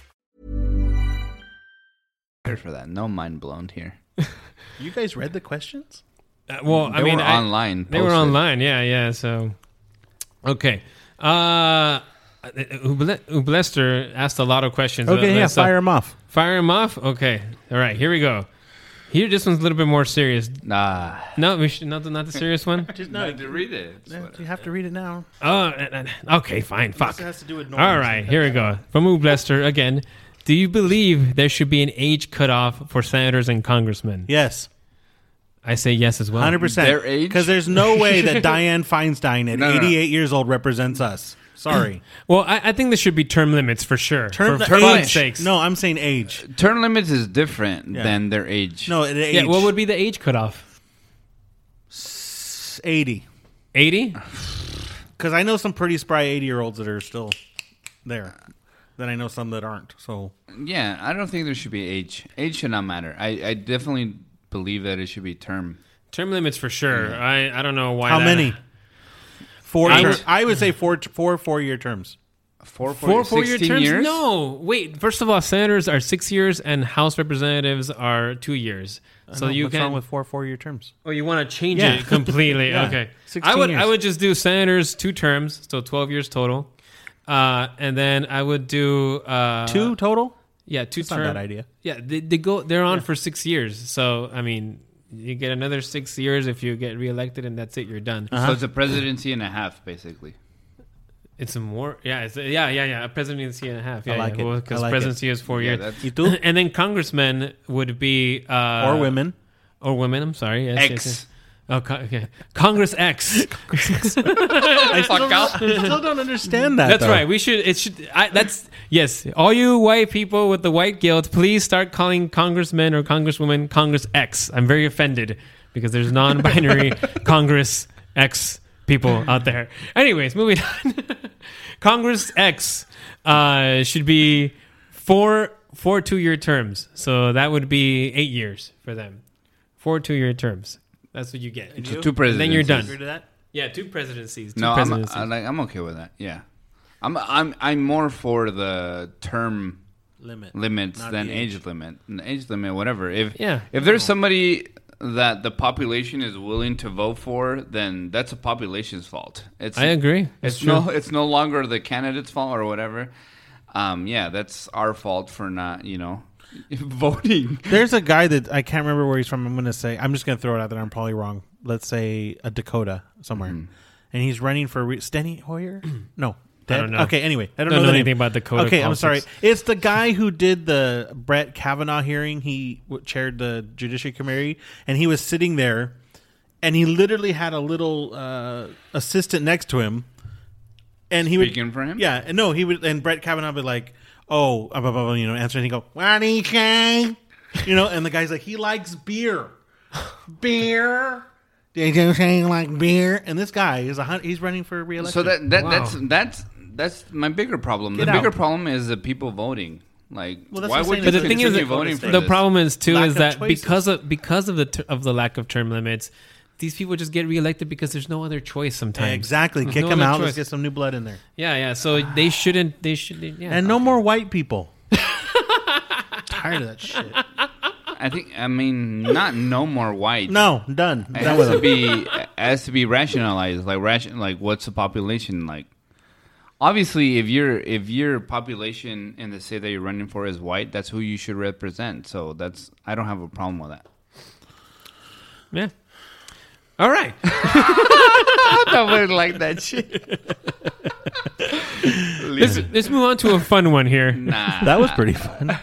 C: prepared for that. No mind blown here.
E: You guys read the questions?
D: Uh, well, I
C: They
D: mean,
C: were
D: I-
C: online
D: They were
C: posted.
D: online. Yeah, yeah. So, okay. Uh, Uble- Ublester asked a lot of questions.
E: Okay,
D: Uh,
E: yeah,
D: let's, uh,
E: fire him off.
D: fire him off. Okay. All right. Here we go. Here, this one's a little bit more serious.
C: Nah.
D: No, we should not. Not the serious one.
C: No, to read it.
E: You have to read it now.
D: Oh, uh, uh, okay. Fine. Fuck.
E: It has to do with
D: All right, here we go. From Ublester again. Do you believe there should be an age cutoff for senators and congressmen?
E: Yes,
D: I say yes as well.
E: hundred percent.
C: Their age?
E: because there's no way that Diane Feinstein at
C: No, no, no.
E: 88 years old represents us. Sorry,
D: Well, I, I think there should be term limits for sure. for
C: term
D: fuck's
C: limit.
D: sakes.
E: No, I'm saying age.
C: Turn limits is different than their age.
E: No, at age.
D: Yeah, what would be the age cutoff?
E: 80?
D: 80?
E: Because I know some pretty spry 80 year olds that are still there. Then I know some that aren't. So
C: Yeah, I don't think there should be age. Age should not matter. I, I definitely believe that it should be term.
D: Term limits for sure. I, I don't know why.
E: how
D: that-
E: many? Four.
D: Eight.
E: ter- I would say four, four four-year terms.
C: Four, four,
D: Four four year
C: 16
D: terms?
C: years?
D: No. Wait, first of all, senators are six years and House representatives are two years. So you
E: What's
D: can.
E: wrong with four four-year terms?
D: Oh, you want to change
E: Yeah.
D: it completely?
E: Yeah.
D: Okay.
E: 16
D: I would
E: years.
D: I would just do senators two terms, so twelve years total, uh, and then I would do uh,
E: Two total.
D: Yeah, two
E: not a
D: term.
E: bad idea.
D: Yeah, they, they go they're on for six years, so I mean you get another six years if you get reelected, and that's it. You're done.
E: Uh-huh.
C: So it's a presidency and a half, basically.
D: It's a more yeah it's a, yeah yeah yeah a presidency and a half. Yeah,
E: like
D: yeah.
E: it.
D: Well,
E: I like it.
D: presidency is four
C: Yeah,
D: years.
C: that's-
E: You do?
D: and then congressmen would be uh,
E: or women.
D: or women. I'm sorry. Yes, yes,
C: X.
D: yes. Oh, co- okay. Congress X.
E: I still, I still don't understand that.
D: That's
E: though.
D: right. We should. It should. I, that's yes. All you white people with the white guilt, please start calling congressmen or congresswomen Congress X. I'm very offended because there's non-binary Congress X people out there. Anyways, moving on. Congress X uh, should be four four two-year terms. So that would be eight years for them. Four two-year terms. That's what you get.
C: So two presidencies.
D: then you're done.
E: Agree to that?
D: Yeah, two presidencies. Two
C: No, I'm,
D: presidencies.
C: I, like, I'm okay with that. Yeah. I'm, I'm, I'm more for the term
E: Limit.
C: limits
E: Not
C: than
E: the
C: age. limit. An age limit, whatever. If
D: Yeah.
C: if there's somebody that the population is willing to vote for, then that's a population's fault. It's
D: I agree.
C: It's,
D: It's
C: no, it's no longer the candidate's fault or whatever. Um, yeah, that's our fault for not, you know, voting.
E: There's a guy that I can't remember where he's from. I'm going to say, I'm just going to throw it out there. I'm probably wrong. Let's say a Dakota somewhere. And he's running for re- Steny Hoyer? no.
D: I don't
E: Dead?
D: know.
E: Okay, anyway. I don't,
D: Don't
E: know,
D: know
E: the name.
D: anything about Dakota
E: Okay, I'm
D: politics.
E: sorry. It's the guy who did the Brett Kavanaugh hearing. He w- chaired the Judiciary Committee, and he was sitting there, and he literally had a little uh, assistant next to him. And he
C: Speaking
E: would,
C: for him?
E: Yeah, and no, he would, and Brett Kavanaugh would be like, "Oh, blah, blah, blah, blah," you know, answer, and he go, "What do you say?" You know, and the guy's like, "He likes beer, beer." Did you say you like beer? And this guy is a hun- he's running for reelection.
C: So that, that that's that's that's my bigger problem.
E: Get
C: the bigger
E: out.
C: problem is the people voting. Like,
E: Well, that's
C: why
E: what I'm saying.
C: would you
E: But the thing is
C: continue
E: that
C: voting for
D: the
C: this?
D: problem is too
E: Lack
D: is
E: of
D: that
E: choices.
D: because of because of the ter- of the lack of term limits, these people just get reelected because there's no other choice. Sometimes
E: exactly,
D: There's
E: kick
D: no
E: him
D: other
E: out. Let's
D: choice.
E: get some new blood in there,
D: yeah, yeah. So they shouldn't. They should. Yeah.
E: and no more white people. Tired of that shit.
C: I think I mean not no more white.
E: No, done.
C: It
E: Done
C: has
E: with
C: to
E: him.
C: be it has to be rationalized. Like ration, like what's the population like? Obviously, if your if your population in the state that you're running for is white, that's who you should represent. So that's I don't have a problem with that.
D: yeah. All right.
C: Nobody like that shit.
D: let's, let's move on to a fun one here. Oh,
E: That was pretty fun.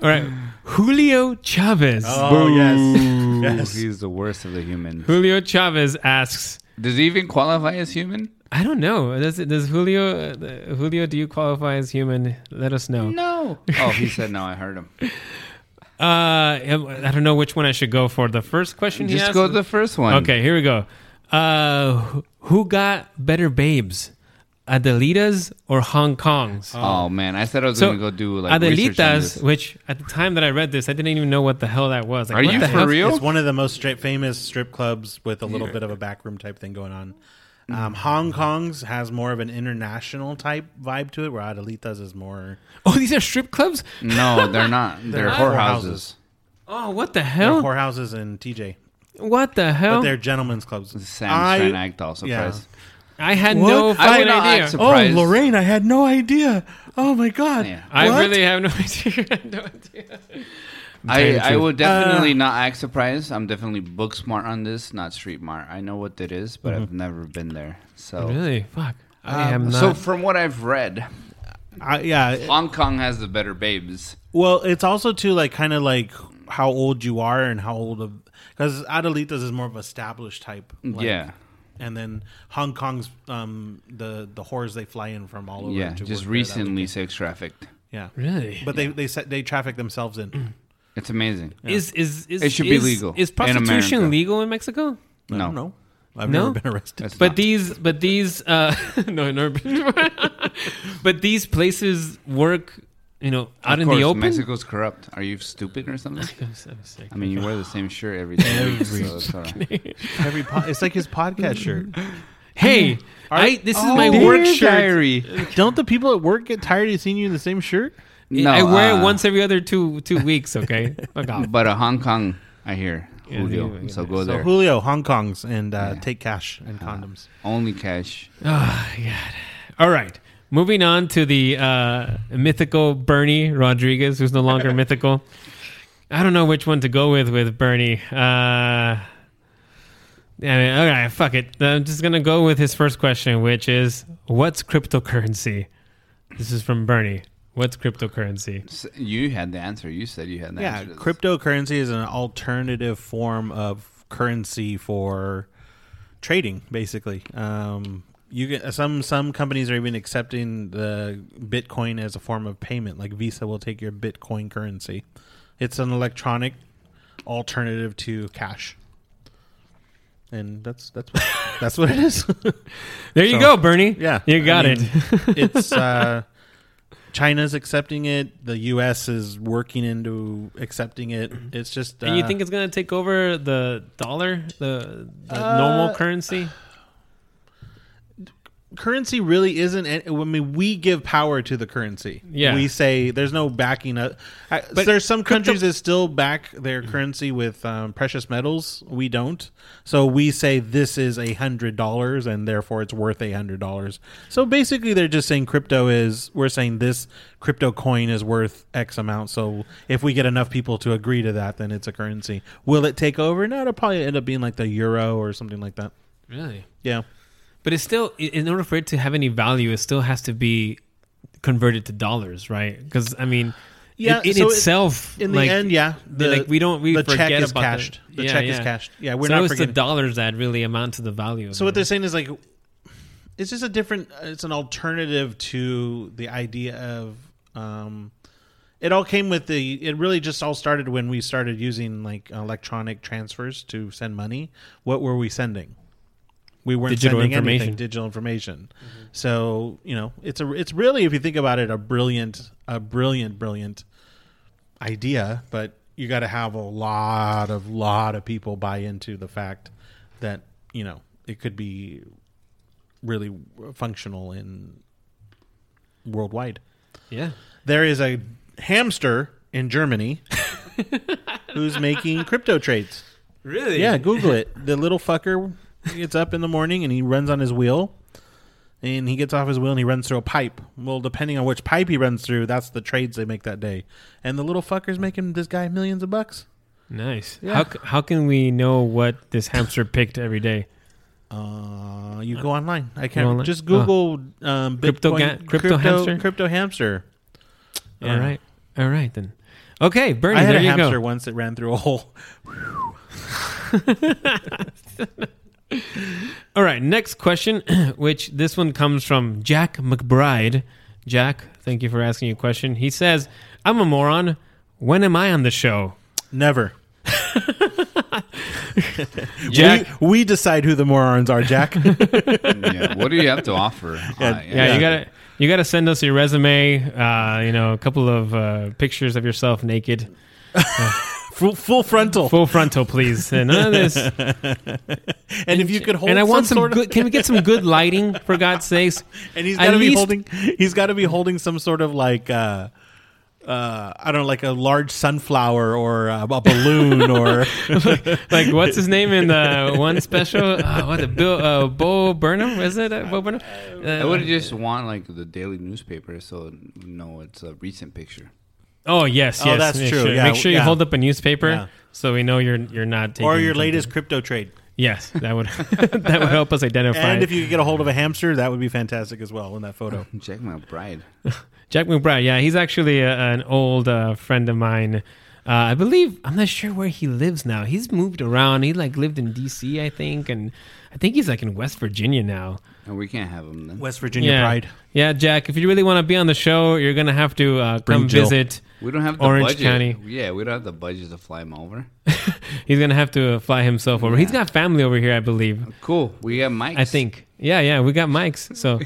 D: All right. Julio Chavez.
E: oh yes, yes.
C: He's the worst of the humans.
D: Julio Chavez asks,
C: Does he even qualify as human?
D: I don't know. Does, does Julio, uh, Julio, do you qualify as human? Let us know.
C: No. Oh, he said no. I heard him.
D: Uh, I don't know which one I should go for. The first question he
C: Just
D: asked-
C: go to the first one.
D: Okay, here we go. Uh, wh- who got better babes, Adelitas or Hong Kong's?
C: Oh man, I said I was
D: So,
C: gonna go do like research on
D: Adelitas,
C: this.
D: which at the time that I read this, I didn't even know what the hell that was. Like,
C: Are
D: what
C: you
D: the
C: for
D: hell?
C: real?
E: It's one of the most strip, famous strip clubs with a little bit of a backroom type thing going on.
D: Mm.
E: Um, Hong Kong's has more of an international type vibe to it, where Adelita's is more
D: Oh, these are strip clubs.
C: No, they're not. They're, whorehouses.
E: whorehouses.
D: Oh, Oh. what the
E: they're
D: hell?
E: whorehouses and TJ,
D: What the
E: but
D: hell?
E: they're gentlemen's clubs.
C: Sam
E: I-
C: trying to act all surprised.
D: I had
E: What?
D: no
E: I
D: fucking
C: would not
D: idea.
C: act surprised.
E: Oh,
C: Surprise.
E: Lorraine, I had no idea. Oh my god,
C: Yeah.
D: I
E: What?
D: really have no idea. I had no idea.
C: I,
D: the
C: I
D: truth.
C: would definitely
E: Uh,
C: not act surprised. I'm definitely book smart on this, not street smart. I know what that is,
E: Mm-hmm.
C: but I've never been there. So,
D: Really? Fuck. I am not.
C: Oh. Um, so from what I've read,
E: I, yeah.
C: Hong Kong has the better babes.
E: Well, it's also too like kind of like how old you are and how old of because Adelita's is more of established type. like-
C: yeah,
E: and then Hong Kong's um, the the whores they fly in from all over.
C: yeah.
E: to work
C: Just
E: there. That was-
C: recently sex trafficked.
E: yeah,
D: Really?
E: But they they set, they traffic themselves in.
C: It's amazing.
D: is, is, is,
C: It should be
D: is-
C: legal
D: Is
C: in
D: prostitution
C: America.
D: legal in Mexico?
C: No,
E: I don't know. I've
D: No?
E: never been arrested.
D: But
C: not.
D: these, but these, uh, no, no, but these places work, you know, out
C: Of
D: in
C: course,
D: the open.
C: Mexico's corrupt. Are you stupid or something?
D: I'm so sick.
C: I mean, you wear the same shirt every day. so it's uh, all right.
E: Every po- it's like his podcast shirt.
D: Hey, I, this is my
C: Oh,
E: dear
D: work shirt.
C: diary.
E: Don't the people at work get tired of seeing you in the same shirt?
C: No,
D: I wear it
C: uh,
D: once every other two two weeks. Okay, fuck off.
C: But uh, Hong Kong, I hear Julio.
D: yeah, yeah.
C: so go
E: So
C: there.
E: Julio, Hong Kong's, and uh, take cash and condoms.
C: Only cash.
D: All right, moving on to the uh, mythical Bernie Rodriguez, who's no longer mythical. I don't know which one to go with with Bernie. Uh, I mean, all right, fuck it. I'm just gonna go with his first question, which is, "What's cryptocurrency?" This is from Bernie. What's cryptocurrency?
C: S- You had the answer. You said you had the
E: Yeah,
C: answer. to this.
E: cryptocurrency is an alternative form of currency for trading, basically. Um, you get some some companies are even accepting the Bitcoin as a form of payment. Like Visa will take your Bitcoin currency. It's an electronic alternative to cash, and that's that's what, that's what it is.
D: There you
E: So-
D: go, Bernie.
E: Yeah,
D: you got
E: I
D: it.
E: mean, it's uh, China's accepting it. The U.S. is working into accepting it. It's just. Uh,
D: and you think it's gonna take over
E: uh,
D: the dollar, the, the normal currency?
E: currency really isn't. an- I mean, we give power to the currency.
D: Yeah.
E: we say there's no backing up. I-
D: But
E: there's some countries that still back their currency with um, precious metals. We don't. So we say this is a hundred dollars, and therefore it's worth a hundred dollars. So basically, they're just saying crypto is. We're saying this crypto coin is worth X amount. So if we get enough people to agree to that, then it's a currency. Will it take over? No, it'll probably end up being like the euro or something like that.
D: Really?
E: Yeah.
D: But it's still, i- in order for it to have any value, it still has to be converted to dollars, right? Because I mean,
E: Yeah,
D: yeah, in
E: so it-
D: itself,
E: in the
D: like,
E: end, yeah,
D: the,
E: the-
D: like we don't we
E: the check
D: forget
E: is
D: about
E: cashed. The check is cashed. Yeah, we're
D: so
E: not
D: it's
E: forgetting-
D: the dollars that really amount to the value.
E: So what they're saying is like, it's just a different. It's an alternative to the idea of. Um, it all came with the. It really just all started when we started using like electronic transfers to send money. What were we sending? We weren't
D: Digital
E: sending anything.
D: information.
E: Digital information. So you know, it's a. It's really, if you think about it, a brilliant, a brilliant, brilliant idea, but you got to have a lot of lot of people buy into the fact that you know it could be really functional in worldwide.
D: yeah,
E: There is a hamster in Germany who's making crypto trades.
D: really,
E: Yeah, Google it. The little fucker gets up in the morning and he runs on his wheel. And he gets off his wheel and he runs through a pipe. Well, depending on which pipe he runs through, that's the trades they make that day. And the little fucker's making this guy millions of bucks.
D: nice. How c- how can we know what this hamster picked every day?
E: Uh, you go online. I
D: Go
E: can't
D: online. Oh.
E: just Google um, Bitcoin,
D: Crypto ga- crypto hamster?
E: Crypto hamster. Yeah.
D: All right, all right then. Okay, Bernie,
E: I had
D: there
E: a
D: you
E: hamster
D: go.
E: once that ran through a hole.
D: All right, next question, which this one comes from Jack McBride. Jack, thank you for asking a question. He says, "I'm a moron. When am I on the show?"
E: Never.
D: Jack,
E: We, we decide who the morons are, Jack.
C: yeah. What do you have to offer? Hi,
D: yeah, you gotta you gotta send us your resume uh, you know a couple of uh, pictures of yourself naked
E: full, full frontal.
D: full frontal please and none of this and
E: and if you could hold
D: i want
E: some,
D: some,
E: sort of-
D: good can we get some good lighting for god's sakes
E: And he's
D: At
E: got to be
D: least-
E: holding. He's got to be holding some sort of like. Uh, uh, I don't know, like a large sunflower or uh, a balloon or
D: like what's his name in the one special uh, what the bill uh, bo burnham is it uh, bo burnham
C: I
D: Uh,
C: would just want like the daily newspaper, so you know it's a recent picture.
D: oh yes yes
E: Oh, that's
D: make
E: true.
D: sure,
E: Yeah,
D: make sure you
E: yeah.
D: hold up a newspaper
E: Yeah.
D: so we know you're you're not taking
E: or your
D: something.
E: latest crypto trade.
D: yes that would that would help us identify
E: And
D: it.
E: if you could get a hold of a hamster, that would be fantastic as well in that photo.
C: Jack McBride.
D: Jack McBride. Yeah, he's actually a, an old uh, friend of mine. Uh, I believe I'm not sure where he lives now. He's moved around. He like lived in D.C. I think, and I think he's like in West Virginia now.
C: No, we can't have him then.
E: West Virginia
D: yeah,
E: Pride.
D: yeah, Jack. If you really want to be on the show, you're gonna have to uh,
E: Bring
D: come
E: Jill.
D: visit.
C: we don't have the
D: Orange
C: budget.
D: County.
C: Yeah, we don't have the budget to fly him over.
D: He's gonna have to uh, fly himself over. He's got family over here, I believe.
C: Cool. We got Mike.
D: I think. Yeah, yeah, we got mics. So,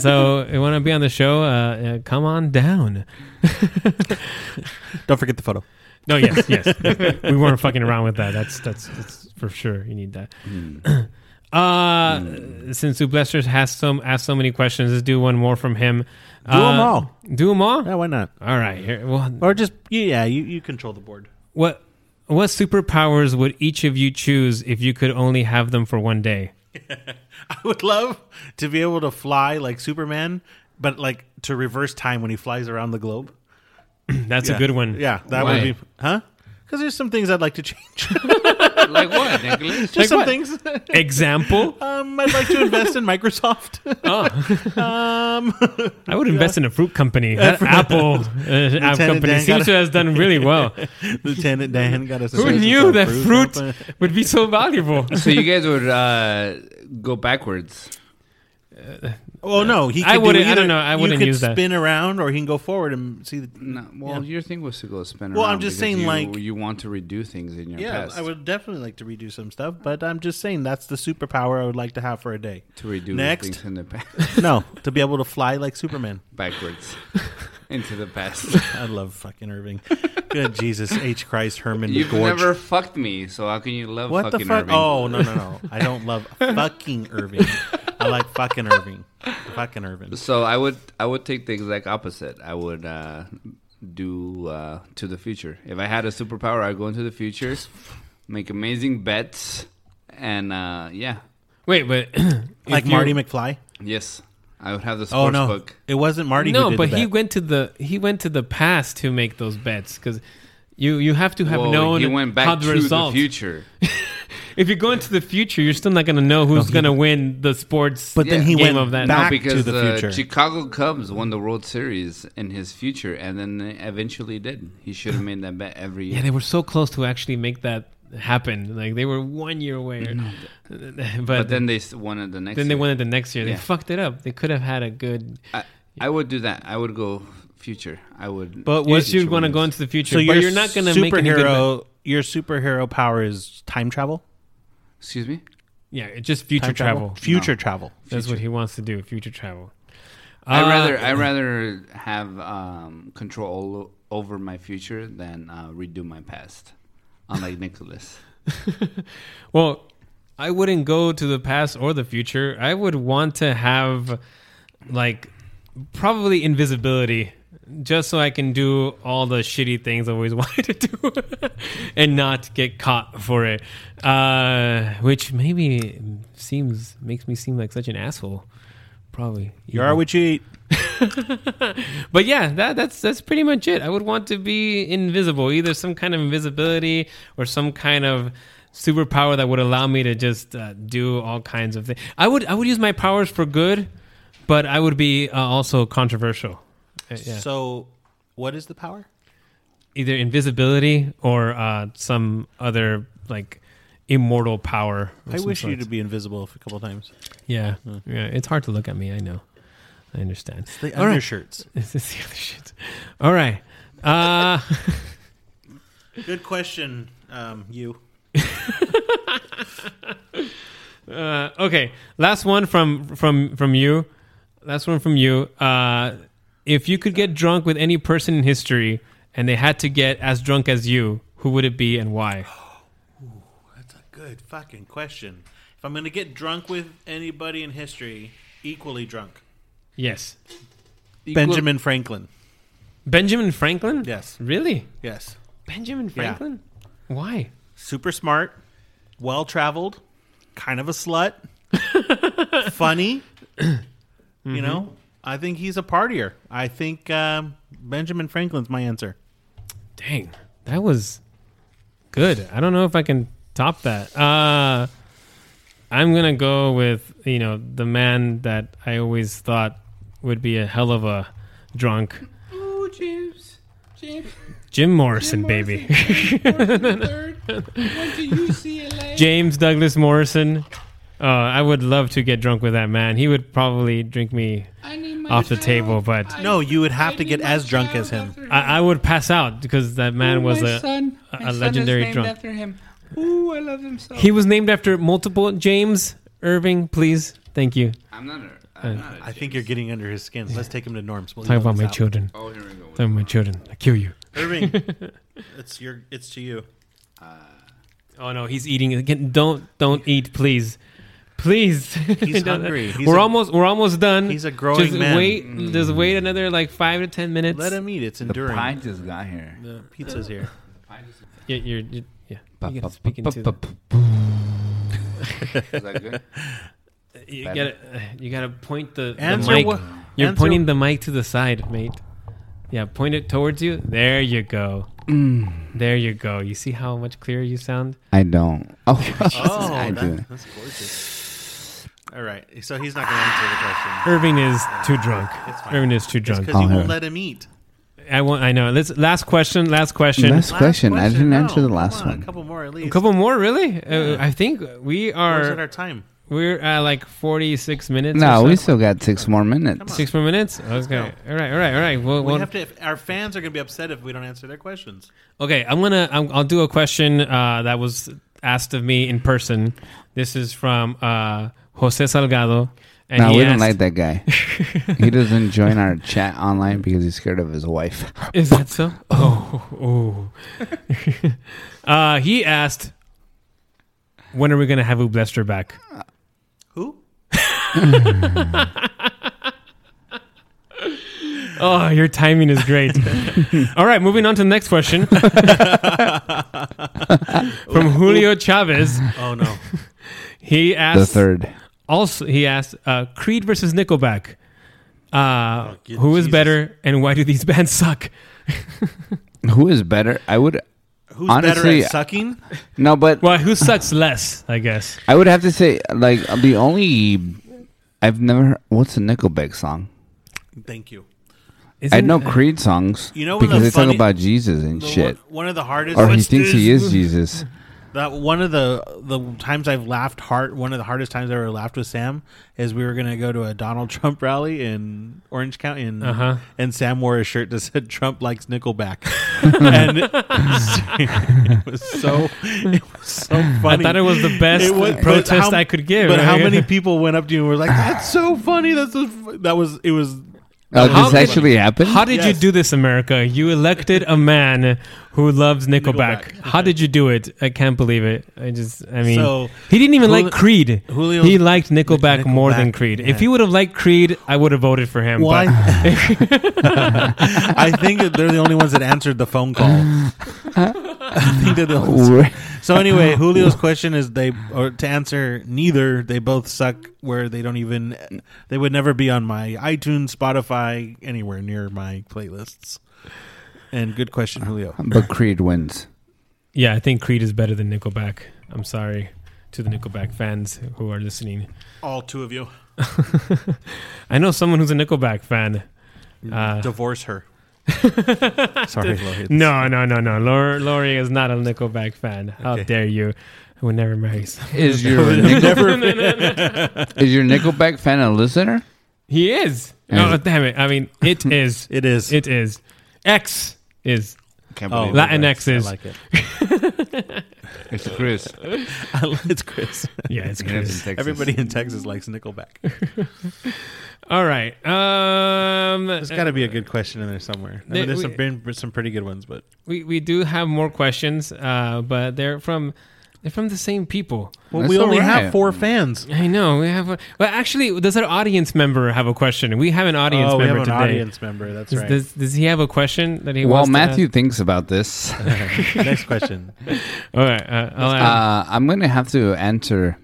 D: so if you want to be on the show? Uh, uh, come on down.
E: Don't forget the photo.
D: No, yes, yes. we weren't fucking around with that. That's that's, that's for sure. You need that. Uh, since Ublester has some asked so many questions, let's do one more from him. Do
E: 'em all.
D: Do them all.
E: Yeah, why not?
D: All right. Here, well,
E: Or just yeah, you, you control the board.
D: what what superpowers would each of you choose if you could only have them for one day?
E: I would love to be able to fly like Superman, but like to reverse time when he flies around the globe.
D: That's
E: Yeah.
D: a good one.
E: Yeah, that
C: Why?
E: would be huh? Because there's some things I'd like to change. just
C: like what, Nicholas?
E: some
D: what?
E: things.
D: Example:
E: Um, I'd like to invest in Microsoft. um,
D: I would invest in a fruit company. That Apple uh, app company
E: Dan
D: seems
E: got
D: to has done really well.
E: Lieutenant Dan got us. a
D: Who
E: message
D: knew
E: on
D: that fruit
E: company.
D: would be so valuable?
C: So you guys would uh, go backwards.
E: Oh no, he. Could
D: I wouldn't-
E: Do
D: I
E: either-
D: don't know, I
E: you
D: wouldn't
E: could
D: use that.
E: Spin around, or he can go forward and see. The,
C: No, well, your thing was to go spin
E: Well,
C: around.
E: I'm just
C: because
E: saying,
C: you-
E: like-
C: you want to redo things in your
E: yeah,
C: past.
E: I would definitely like to redo some stuff, but I'm just saying that's the superpower I would like to have for a day.
C: to redo
E: Next.
C: things in the past
E: no, to be able to fly like Superman.
C: backwards into the past.
E: I love fucking Irving. Good Jesus H Christ Herman
C: You've
E: Gorge.
C: never fucked me, so how can you love
E: what the
C: fucking
E: fuck?
C: Irving?
E: Oh no no no! I don't love fucking Irving. I like fucking Irving. Fucking Irving.
C: So I would I would take the exact opposite. I would uh, do uh, to the future. If I had a superpower, I'd go into the future, make amazing bets, and uh, yeah,
D: Wait, but
E: Like Marty McFly.
C: yes, I would have the sports
E: Oh no,
C: book.
E: it wasn't Marty. who
D: no,
E: did
D: but
E: the
D: he
E: bet.
D: went to the he went to the past to make those bets because you you have to have
C: Whoa,
D: known
C: he went
D: how
C: back
D: the
C: to
D: result.
C: the future.
D: If you go into the future, you're still not going to know who's going to win the sports.
E: But then
C: Yeah.
E: he
D: game
E: went
D: of that. No,
E: back
C: because uh,
E: to the future.
C: Chicago Cubs won the World Series in his future, and then they eventually did. He should have made that bet every year.
D: yeah, they were so close to actually make that happen. Like they were one year away, or- but,
C: but then they s- won it the next.
D: then they
C: year.
D: won it the next year.
C: Yeah.
D: They fucked it up. They could have had a good.
C: I, I would do that. I would go future. I would.
E: But
C: Yeah,
E: what-
D: Yes, you
C: future
D: want to
C: wins.
D: go into the future,
E: So
D: but
E: your
D: you're not going to make any good bet.
E: superhero. Your superhero power is time travel.
C: Excuse me.
D: Yeah, it's just future
E: Time
D: travel.
E: Future travel.
D: That's what he wants to do. Future travel.
C: I
D: Uh,
C: rather I rather have um, control o- over my future than uh, redo my past. Unlike Nicholas.
D: Well, I wouldn't go to the past or the future. I would want to have like probably invisibility just so I can do all the shitty things I always wanted to do and not get caught for it. Uh, which maybe seems makes me seem like such an asshole. Probably.
E: You are what you eat.
D: But yeah, that, that's that's pretty much it. I would want to be invisible, either some kind of invisibility or some kind of superpower that would allow me to just uh, do all kinds of things. I would I would use my powers for good, but I would be uh, also controversial. Uh, yeah.
E: So, what is the power?
D: Either invisibility or uh, some other like immortal power. of
E: I
D: some
E: wish you
D: sort.
E: to be invisible a couple times.
D: Yeah, yeah. It's hard to look at me. I know. I understand.
E: The
D: All right.
E: undershirts.
D: This is the other shit. All right. Uh,
E: Good question. Um, you.
D: Uh, okay, last one from from from you. Last one from you. Uh, if you could get drunk with any person in history, and they had to get as drunk as you, who would it be and why?
E: That's a good fucking question. If I'm gonna get drunk with anybody in history, equally drunk.
D: Yes,
E: Benjamin Franklin.
D: Benjamin Franklin.
E: Yes.
D: really,
E: Yes.
D: Benjamin
E: Yeah.
D: Franklin. Why?
E: Super smart, well traveled, kind of a slut, funny.
D: Mm-hmm.
E: You know, I think he's a partier. I think um, Benjamin Franklin's my answer.
D: Dang, that was good. I don't know if I can top that. Uh, I'm gonna go with you know the man that I always thought would be a hell of a drunk.
C: Oh, James. James
D: Jim Morrison, baby.
C: third went to UCLA.
D: James Douglas Morrison. Uh, I would love to get drunk with that man. He would probably drink me off the table, but
E: No, you would have to get as drunk as him.
D: I, I would pass out because that man was a, a- a legendary drunk. He was named after multiple James Irving. Please, thank you.
C: I'm not a.
D: Uh,
C: I'm not a
E: I think you're getting under his skin. Let's take him to Norm's. We'll
D: Talk
E: yell
D: about
E: this
D: my
E: out.
D: children.
C: oh, here we go.
D: Talk about my children. I kill you.
E: Irving, it's your. It's to you.
D: Oh no, he's eating again. Don't don't eat, please. Please.
E: He's
D: Don't-
E: hungry. He's
D: we're
E: a-
D: almost we're almost done.
E: He's a growing
D: just
E: man. Mm.
D: Wait, just wait another like five to ten minutes.
E: Let him eat. It's
C: The
E: enduring.
C: pie just got here.
E: The pizza's here.
D: Yeah, you're, you're yeah.
C: Pa-
D: You
C: pa-
D: gotta speak
C: pa-
D: into
C: pa-
D: the-
C: pa- Is that good?
D: you
C: better.
D: gotta uh, you gotta point the, the
E: Answer
D: mic.
E: what-
D: You're
E: answer-
D: pointing the mic to the side, mate. Yeah, point it towards you. There you go. There you go. You see how much clearer you sound?
C: I don't. Oh,
E: Oh,
C: I do.
E: that, that's gorgeous. All right, so he's not going to answer the question.
D: Irving is too drunk.
E: It's fine.
D: Irving is too drunk.
E: Because you
C: Oh,
E: won't
C: yeah.
E: let him eat.
D: I want. I know. Let's last question. Last question.
C: Last- question. I didn't answer the
E: come
C: last
E: on,
C: one.
E: A couple more at least.
D: a couple more, really? Uh, I think we
E: Where's at
D: are.
E: our time?
D: we're at like forty-six minutes.
C: No,
D: or
C: we
D: so.
C: still got six more minutes.
D: six more minutes. Okay. All right. All right. All right. We'll,
E: We
D: we'll-
E: have to. If, our fans are going to be upset if we don't answer their questions.
D: Okay, I'm gonna. I'm, I'll do a question uh, that was asked of me in person. This is from uh, Jose Salgado, and
C: No,
D: he
C: we don't like
D: asked-
C: that guy. he doesn't join our chat online because he's scared of his wife.
D: Is that so? Oh, oh. uh, he asked, "When are we gonna have Ublester back?"
E: Who?
D: Oh, your timing is great. All right, moving on to the next question from Julio Chavez.
E: Oh no.
D: He
C: The
D: asked
C: third.
D: also he asked uh, Creed versus Nickelback. Uh,
E: Oh,
D: who is
E: Jesus.
D: better and why do these bands suck?
C: Who is better? I would
E: Who's
C: Honestly,
E: better at sucking?
C: no, but
D: Well, who sucks less, I guess.
C: I would have to say like the only I've never. Heard, what's a Nickelback song?
E: Thank you.
C: I
D: Isn't-
C: know Creed songs
E: You know what
C: because
E: the
C: they
E: funny-
C: talk about Jesus and
E: The
C: shit,
E: One, one of the hardest.
C: or he
E: What's
C: thinks he
E: this?
C: is Jesus.
E: That one of the the times I've laughed hard. One of the hardest times I ever laughed with Sam is we were gonna go to a Donald Trump rally in Orange County, and
D: Uh-huh.
E: and Sam wore a shirt that said Trump likes Nickelback, and it was so it was so funny.
D: I thought it was the best
E: It was- but
D: protest
E: how-
D: I could give.
E: But how many people went up to you and were like, "That's so funny"? That's so fu-" that was it was.
C: Oh, this
D: How did-
C: actually happened.
D: How did you
E: Yes.
D: do this, America? You elected a man who loves Nickelback.
E: Nickelback.
D: How did you do it? I can't believe it. I just, I mean,
E: So-
D: he didn't even
E: Juli-
D: like Creed.
E: Julio-
D: he liked Nickelback,
E: Nickelback,
D: more than Creed.
E: yeah.
D: If he would have liked Creed, I would have voted for him.
E: Well,
D: Why?
E: I, I think that they're the only ones that answered the phone call. I think they're the only
C: Where-
E: So anyway, Julio's question is they or to answer neither. They both suck. Where they don't even they would never be on my iTunes, Spotify, anywhere near my playlists. And good question, Julio.
C: but Creed wins.
D: yeah, I think Creed is better than Nickelback. I'm sorry to the Nickelback fans who are listening.
E: All two of you
D: I know someone who's a Nickelback fan.
E: divorce her. Sorry, Lloyd.
D: No, no, no, no. Lori, Lori is not a Nickelback fan. How
E: Okay.
D: dare you? I would never marry someone.
C: Is your Nickel, is your Nickelback fan a listener?
D: He is.
C: Yeah.
D: Oh, damn it. I mean, it is.
E: It is.
D: It is. X is.
C: Can't
E: Oh,
C: believe
E: Latin-
D: Latinx is.
E: I like it.
C: it. It's Chris.
E: it's Chris.
D: Yeah, it's
C: He lives in
D: Chris.
C: Texas.
E: Everybody in Texas likes Nickelback.
D: All right. Um,
E: There's got to be a good question in there somewhere. I
D: They-
E: mean, there's some,
D: we-
E: been some pretty good ones, but
D: we, we do have more questions, uh, but they're from they're from the same people.
E: well,
C: That's
E: we
C: all
E: only
C: right.
E: have four fans.
D: I know we have. A, well, actually, does our audience member have a question? We have an audience
E: oh, we have
D: member
E: an
D: today.
E: audience member. That's
D: Does,
E: right.
D: does, does he have a question that he
C: While
D: wants? to
C: Matthew
D: ask?
C: thinks about this, uh,
E: Next question.
D: All right. Uh, I'll ask.
C: I'm going to have to answer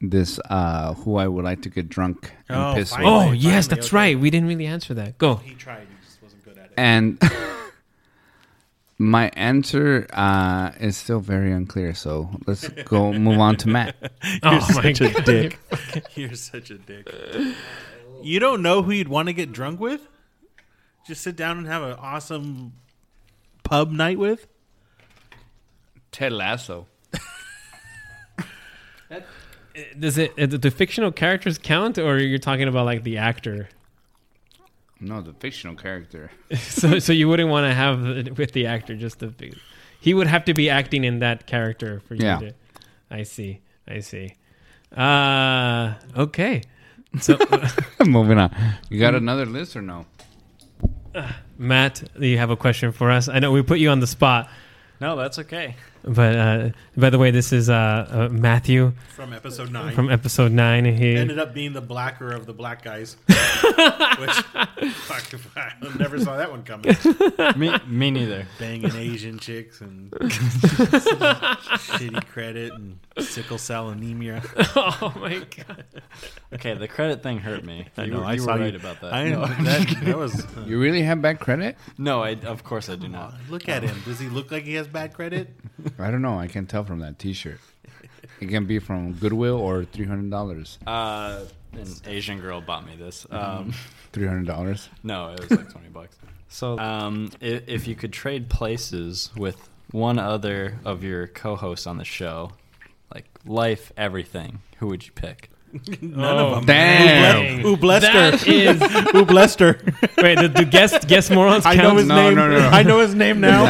C: this uh, who I would like to get drunk and
E: Oh,
C: piss
E: fine.
C: with.
D: oh
E: finally,
D: yes,
E: finally,
D: that's
E: okay.
D: right. We didn't really answer that. Go.
E: He tried. He just wasn't good at it.
C: And my answer uh, is still very unclear. So let's go move on to Matt.
D: Oh my
E: Such a
D: god.
E: dick. You're such a dick. You don't know who you'd want to get drunk with? Just sit down and have an awesome pub night with?
C: Ted Lasso.
D: Does it uh, do fictional characters count, or you're talking about like the actor?
C: No, the fictional character.
D: So, so you wouldn't want to have it with the actor just the he would have to be acting in that character for you
C: Yeah.
D: to I see. I see. Uh okay. So
C: Moving on. You got another list or no?
D: Matt, you have a question for us. I know we put you on the spot,
F: No, that's okay.
D: but uh by the way, this is uh, uh Matthew
E: From episode 9.
D: from episode 9
E: ended
D: He
E: up being the blacker of the black guys. Which, fuck, if I never saw that one coming.
F: Me, me neither.
E: Banging Asian chicks and shitty credit and sickle cell anemia.
D: Oh my god.
F: Okay, the credit thing hurt me. You, were,
E: I
F: you
E: saw
F: were
E: you-
F: right about that.
E: I
F: no,
E: that, that was.
C: You really have bad credit?
F: no, I, of course I do not.
E: Look at him. Does he look like he has bad credit?
C: I don't know. I can tell from that T-shirt. It can be from Goodwill or three hundred dollars.
F: Uh, an Asian girl bought me this. Um,
C: Three hundred dollars.
F: no, it was like twenty bucks. So, um, i- if you could trade places with one other of your co-hosts on the show, like life, everything, who would you pick?
E: None of
F: Oh,
E: them.
C: Damn.
E: Who blessed
D: That
E: her?
D: is
E: Who blessed her?
D: Wait, do, do guest guest morons
E: I
D: count?
E: know his
C: No,
E: name.
C: no, no, no.
E: I know his name now.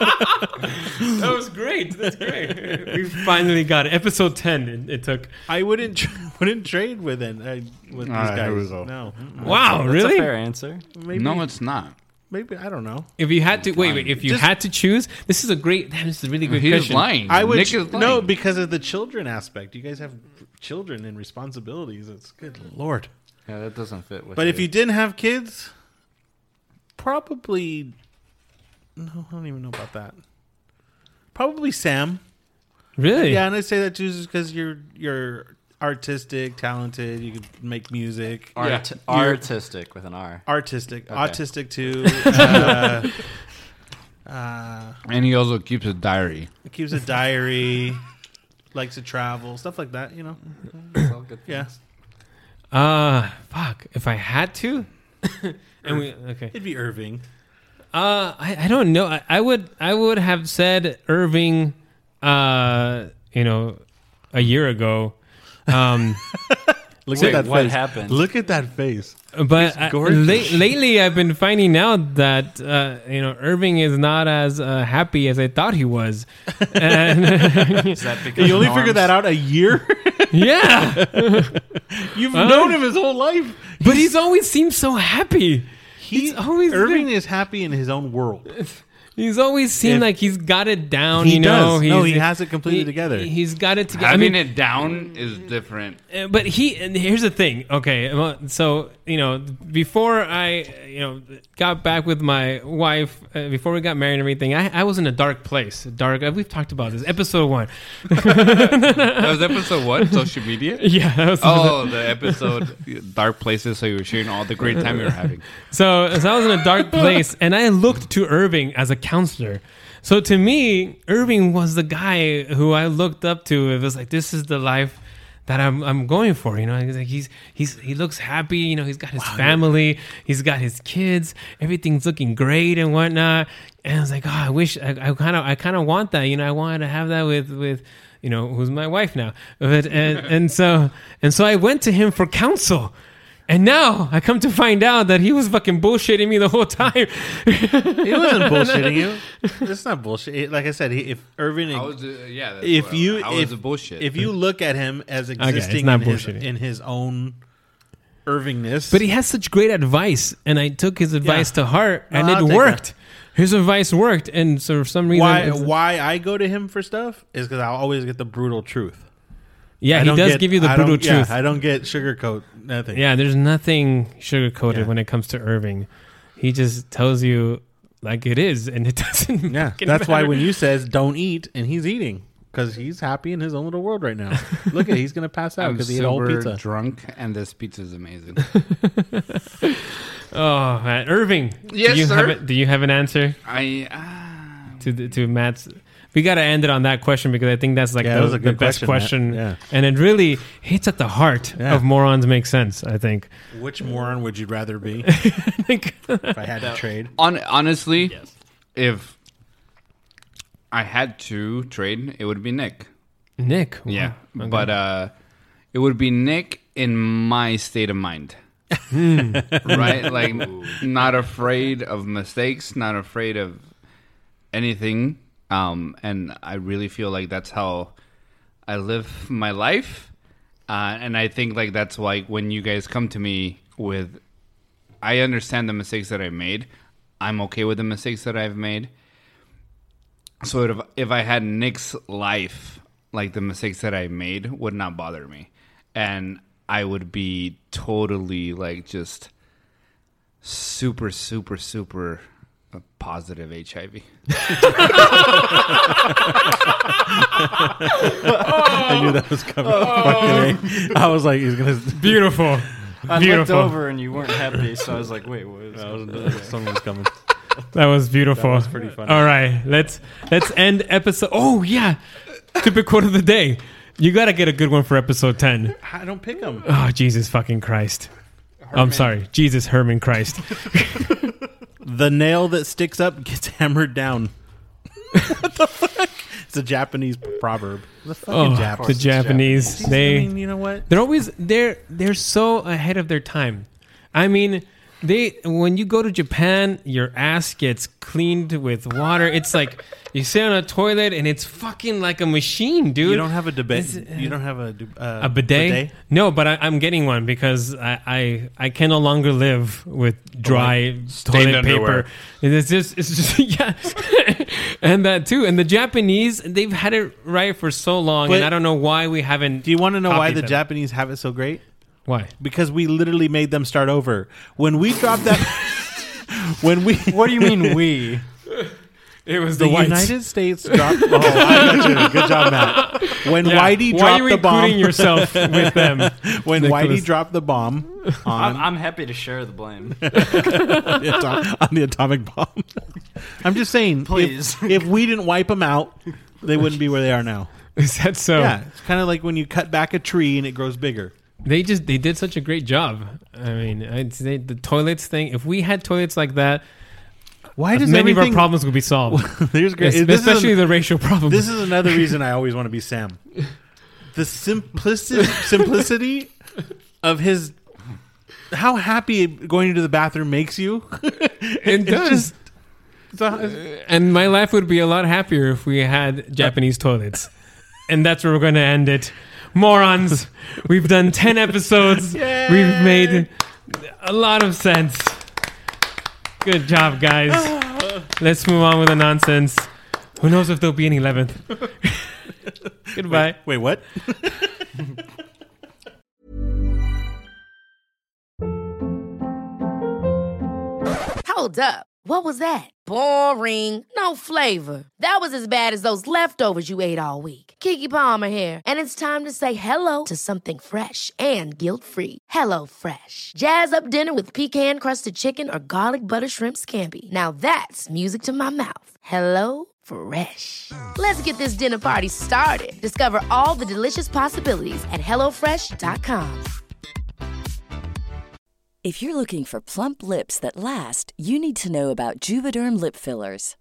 D: That was great. That's great. we finally got it. Episode 10 it, it took.
E: I wouldn't tra- wouldn't trade with him, uh, with these
C: right, here we
E: guys.
C: go.
E: No,
D: Wow,
F: That's
D: really?
F: a fair answer.
E: maybe
C: No, it's not.
E: maybe I don't know.
D: If you had to wait, wait. If you
E: Just-
D: had to choose, this is a great. Damn, this is a really good
C: He was
D: question.
C: lying.
E: I would
C: Nick
E: ch-
C: is lying.
E: no because of the children aspect. You guys have children and responsibilities. It's good lord.
C: Yeah, that doesn't fit with.
E: But if
C: your-
E: you didn't have kids, probably no, I don't even know about that. Probably Sam.
D: Really?
E: Yeah, and I say that too just because you're you're artistic, talented. You could make music.
F: Art- Artistic with an R.
E: Artistic, autistic too. Uh, uh,
C: and he also keeps a diary.
E: keeps a diary. Likes to travel, stuff like that. You know. yeah,
D: Uh fuck. If I had to, and we okay.
E: it'd be Irving.
D: Uh, I, I don't know. I, I would I would have said Irving, uh, you know, a year ago. Um,
E: Look
F: Wait, what happened?
E: Look at that face.
D: but I, la-
E: gorgeous.
D: lately I've been finding out that uh, you know Irving is not as uh, happy as I thought he was.
F: Is that because
E: You only
F: Norm's-
E: figured that out a year.
D: Yeah,
E: You've known him his whole life.
D: but he's always seemed so happy.
E: He's
D: always
E: Irving
D: been-
E: is happy in his own world.
D: He's always seemed
E: If-
D: like he's got it down.
E: He
D: you know,
E: does.
D: He's,
E: No, he has it completely
D: he-
E: together.
D: He's got it together.
C: Having it down is different.
D: Uh, but he and here's the thing okay well, so you know before i you know got back with my wife uh, before we got married and everything I, I was in a dark place dark uh, we've talked about this episode one
C: That was episode what? Social media.
D: yeah that was-
C: Oh, the episode Dark Places. So you were sharing all the great time you were having.
D: so, so i was in a dark place and i looked to irving as a counselor so to me irving was the guy who i looked up to it was like this is the life that I'm, I'm going for, you know. He's like he's he's he looks happy, you know. He's got his family, he's got his kids, everything's looking great and whatnot. And I was like, oh, I wish I kind of I kind of want that, you know. I wanted to have that with with you know who's my wife now. But and, and so and so I went to him for counsel. And now I come to find out that he was fucking bullshitting me the whole time.
E: He wasn't bullshitting you. It's not bullshit. It- Like I said, he, if Irving,
C: How was it? Yeah. That's
E: if
C: what-
E: you,
C: how
E: if,
C: was the bullshit?
E: if you look at him as
D: it's
E: existing
D: not
E: in, his,
D: bullshitting.
E: in his own Irvingness,
D: But he has such great advice, and I took his advice to heart, and
E: I'll take
D: it
E: that.
D: worked. His advice worked, and so for some reason,
E: why
D: it's-
E: why I go to him for stuff is because I always get the brutal truth.
D: yeah,
E: I
D: he
E: don't
D: does
E: get-
D: give you the
E: I
D: brutal
E: don't- yeah,
D: truth.
E: I don't get sugarcoat nothing.
D: Yeah, there's nothing sugar coated
E: Yeah.
D: when it comes to Irving. He just tells you like it is, and it doesn't.
E: yeah.
D: fucking
E: That's why
D: matter.
E: when you says don't eat and he's eating because he's happy in his own little world right now. Look at he's gonna pass out
C: I'm
E: because he ate a whole
C: super
E: pizza.
C: drunk, and this pizza is amazing.
D: Oh, man. Irving.
C: Yes,
D: do you
C: sir.
D: Have a, do you have an answer
C: I ah,
D: to the, to Matt's? We got to end it on that question because I think that's like
E: Yeah,
D: the,
E: that was a
D: the
E: good
D: best
E: question,
D: question,
E: Matt. Yeah.
D: and it really hits at the heart
E: Yeah.
D: of morons make sense. I think.
E: Which moron would you rather be
D: I think
E: if I had to trade?
C: On, honestly, if I had to trade, it would be Nick.
D: Nick. wow.
C: Yeah, but uh, it would be Nick in my state of mind, right? Like, not afraid of mistakes, not afraid of anything, um, and I really feel like that's how I live my life, uh, and I think like that's why when you guys come to me with, I understand the mistakes that I made, I'm okay with the mistakes that I've made, so if if I had Nick's life, like the mistakes that I made would not bother me, and I would be totally like just super, super, super uh, positive HIV.
E: I knew that was coming.
D: Oh.
E: Fucking A. I was like, he's gonna.
D: Beautiful.
F: I
D: Beautiful.
F: looked over and you weren't happy, so I was like, wait, what is
E: Someone's coming.
D: That was beautiful.
E: was pretty funny.
D: All right, let's let's end episode. Oh yeah, stupid quote of the day. You gotta get a good one for episode ten.
E: I don't pick him.
D: Oh Jesus fucking Christ! I'm sorry, Jesus Herman Christ.
E: The nail that sticks up gets hammered down. what the fuck? It's a Japanese proverb. The fucking
D: Oh,
E: Jap-
D: the Japanese.
E: Jeez,
D: They
E: I mean, you know what?
D: they're always they're they're so ahead of their time. I mean. They when you go to Japan, your ass gets cleaned with water. It's like you sit on a toilet and it's fucking like a machine, dude.
E: You don't have a debate.
D: This-
E: You don't have a du- uh,
D: a bidet? No, but I, I'm getting one because I, I I can no longer live with dry toilet
C: underwear.
D: paper. And It's just it's just yeah. and that too. And the Japanese, they've had it right for so long,
E: But-
D: and I don't know why we haven't.
E: Do you want to know why
D: copied
E: the
D: them.
E: Japanese have it so great?
D: Why?
E: Because we literally made them start over. When we dropped that, when we
F: What do you mean we?
D: It was
E: the,
D: whites.
E: United States dropped. Oh, I got you. Good job, Matt. When
D: Yeah.
E: Whitey
D: why are
E: dropped
D: you
E: the bomb,
D: including yourself with them?
E: when
D: Nicholas?
E: Whitey dropped the bomb
F: I'm,
E: on,
F: I'm happy to share the blame.
E: the, atom- on the atomic bomb, I'm just saying, if-
F: Please.
E: if we didn't wipe them out, they wouldn't be where they are now.
D: Is that so?
E: Yeah, it's kind of like when you cut back a tree and it grows bigger.
D: They just they did such a great job. I mean, I'd say the toilets thing. If we had toilets like that,
E: Why does
D: many of our
E: everything?
D: problems would be solved.
E: There's great.
D: Es-
E: this is
D: especially
E: an-
D: the racial problems.
E: This is another reason I always want to be Sam. The simplicity simplicity of his how happy going into the bathroom makes you.
D: it does.
E: It's a-
D: and my life would be a lot happier if we had Japanese toilets. And that's where we're going to end it. Morons, we've done 10 episodes. We've made a lot of sense. Good job, guys. Let's move on with the nonsense. Who knows if there'll be an 11th? Goodbye.
E: wait, what?
G: Hold up. What was that? Boring. No flavor. That was as bad as those leftovers you ate all week. Kiki Palmer here, and it's time to say hello to something fresh and guilt-free. Hello Fresh. Jazz up dinner with pecan-crusted chicken or garlic butter shrimp scampi. Now that's music to my mouth. Hello Fresh. Let's get this dinner party started. Discover all the delicious possibilities at hellofresh.com.
H: If you're looking for plump lips that last, you need to know about Juvederm lip fillers.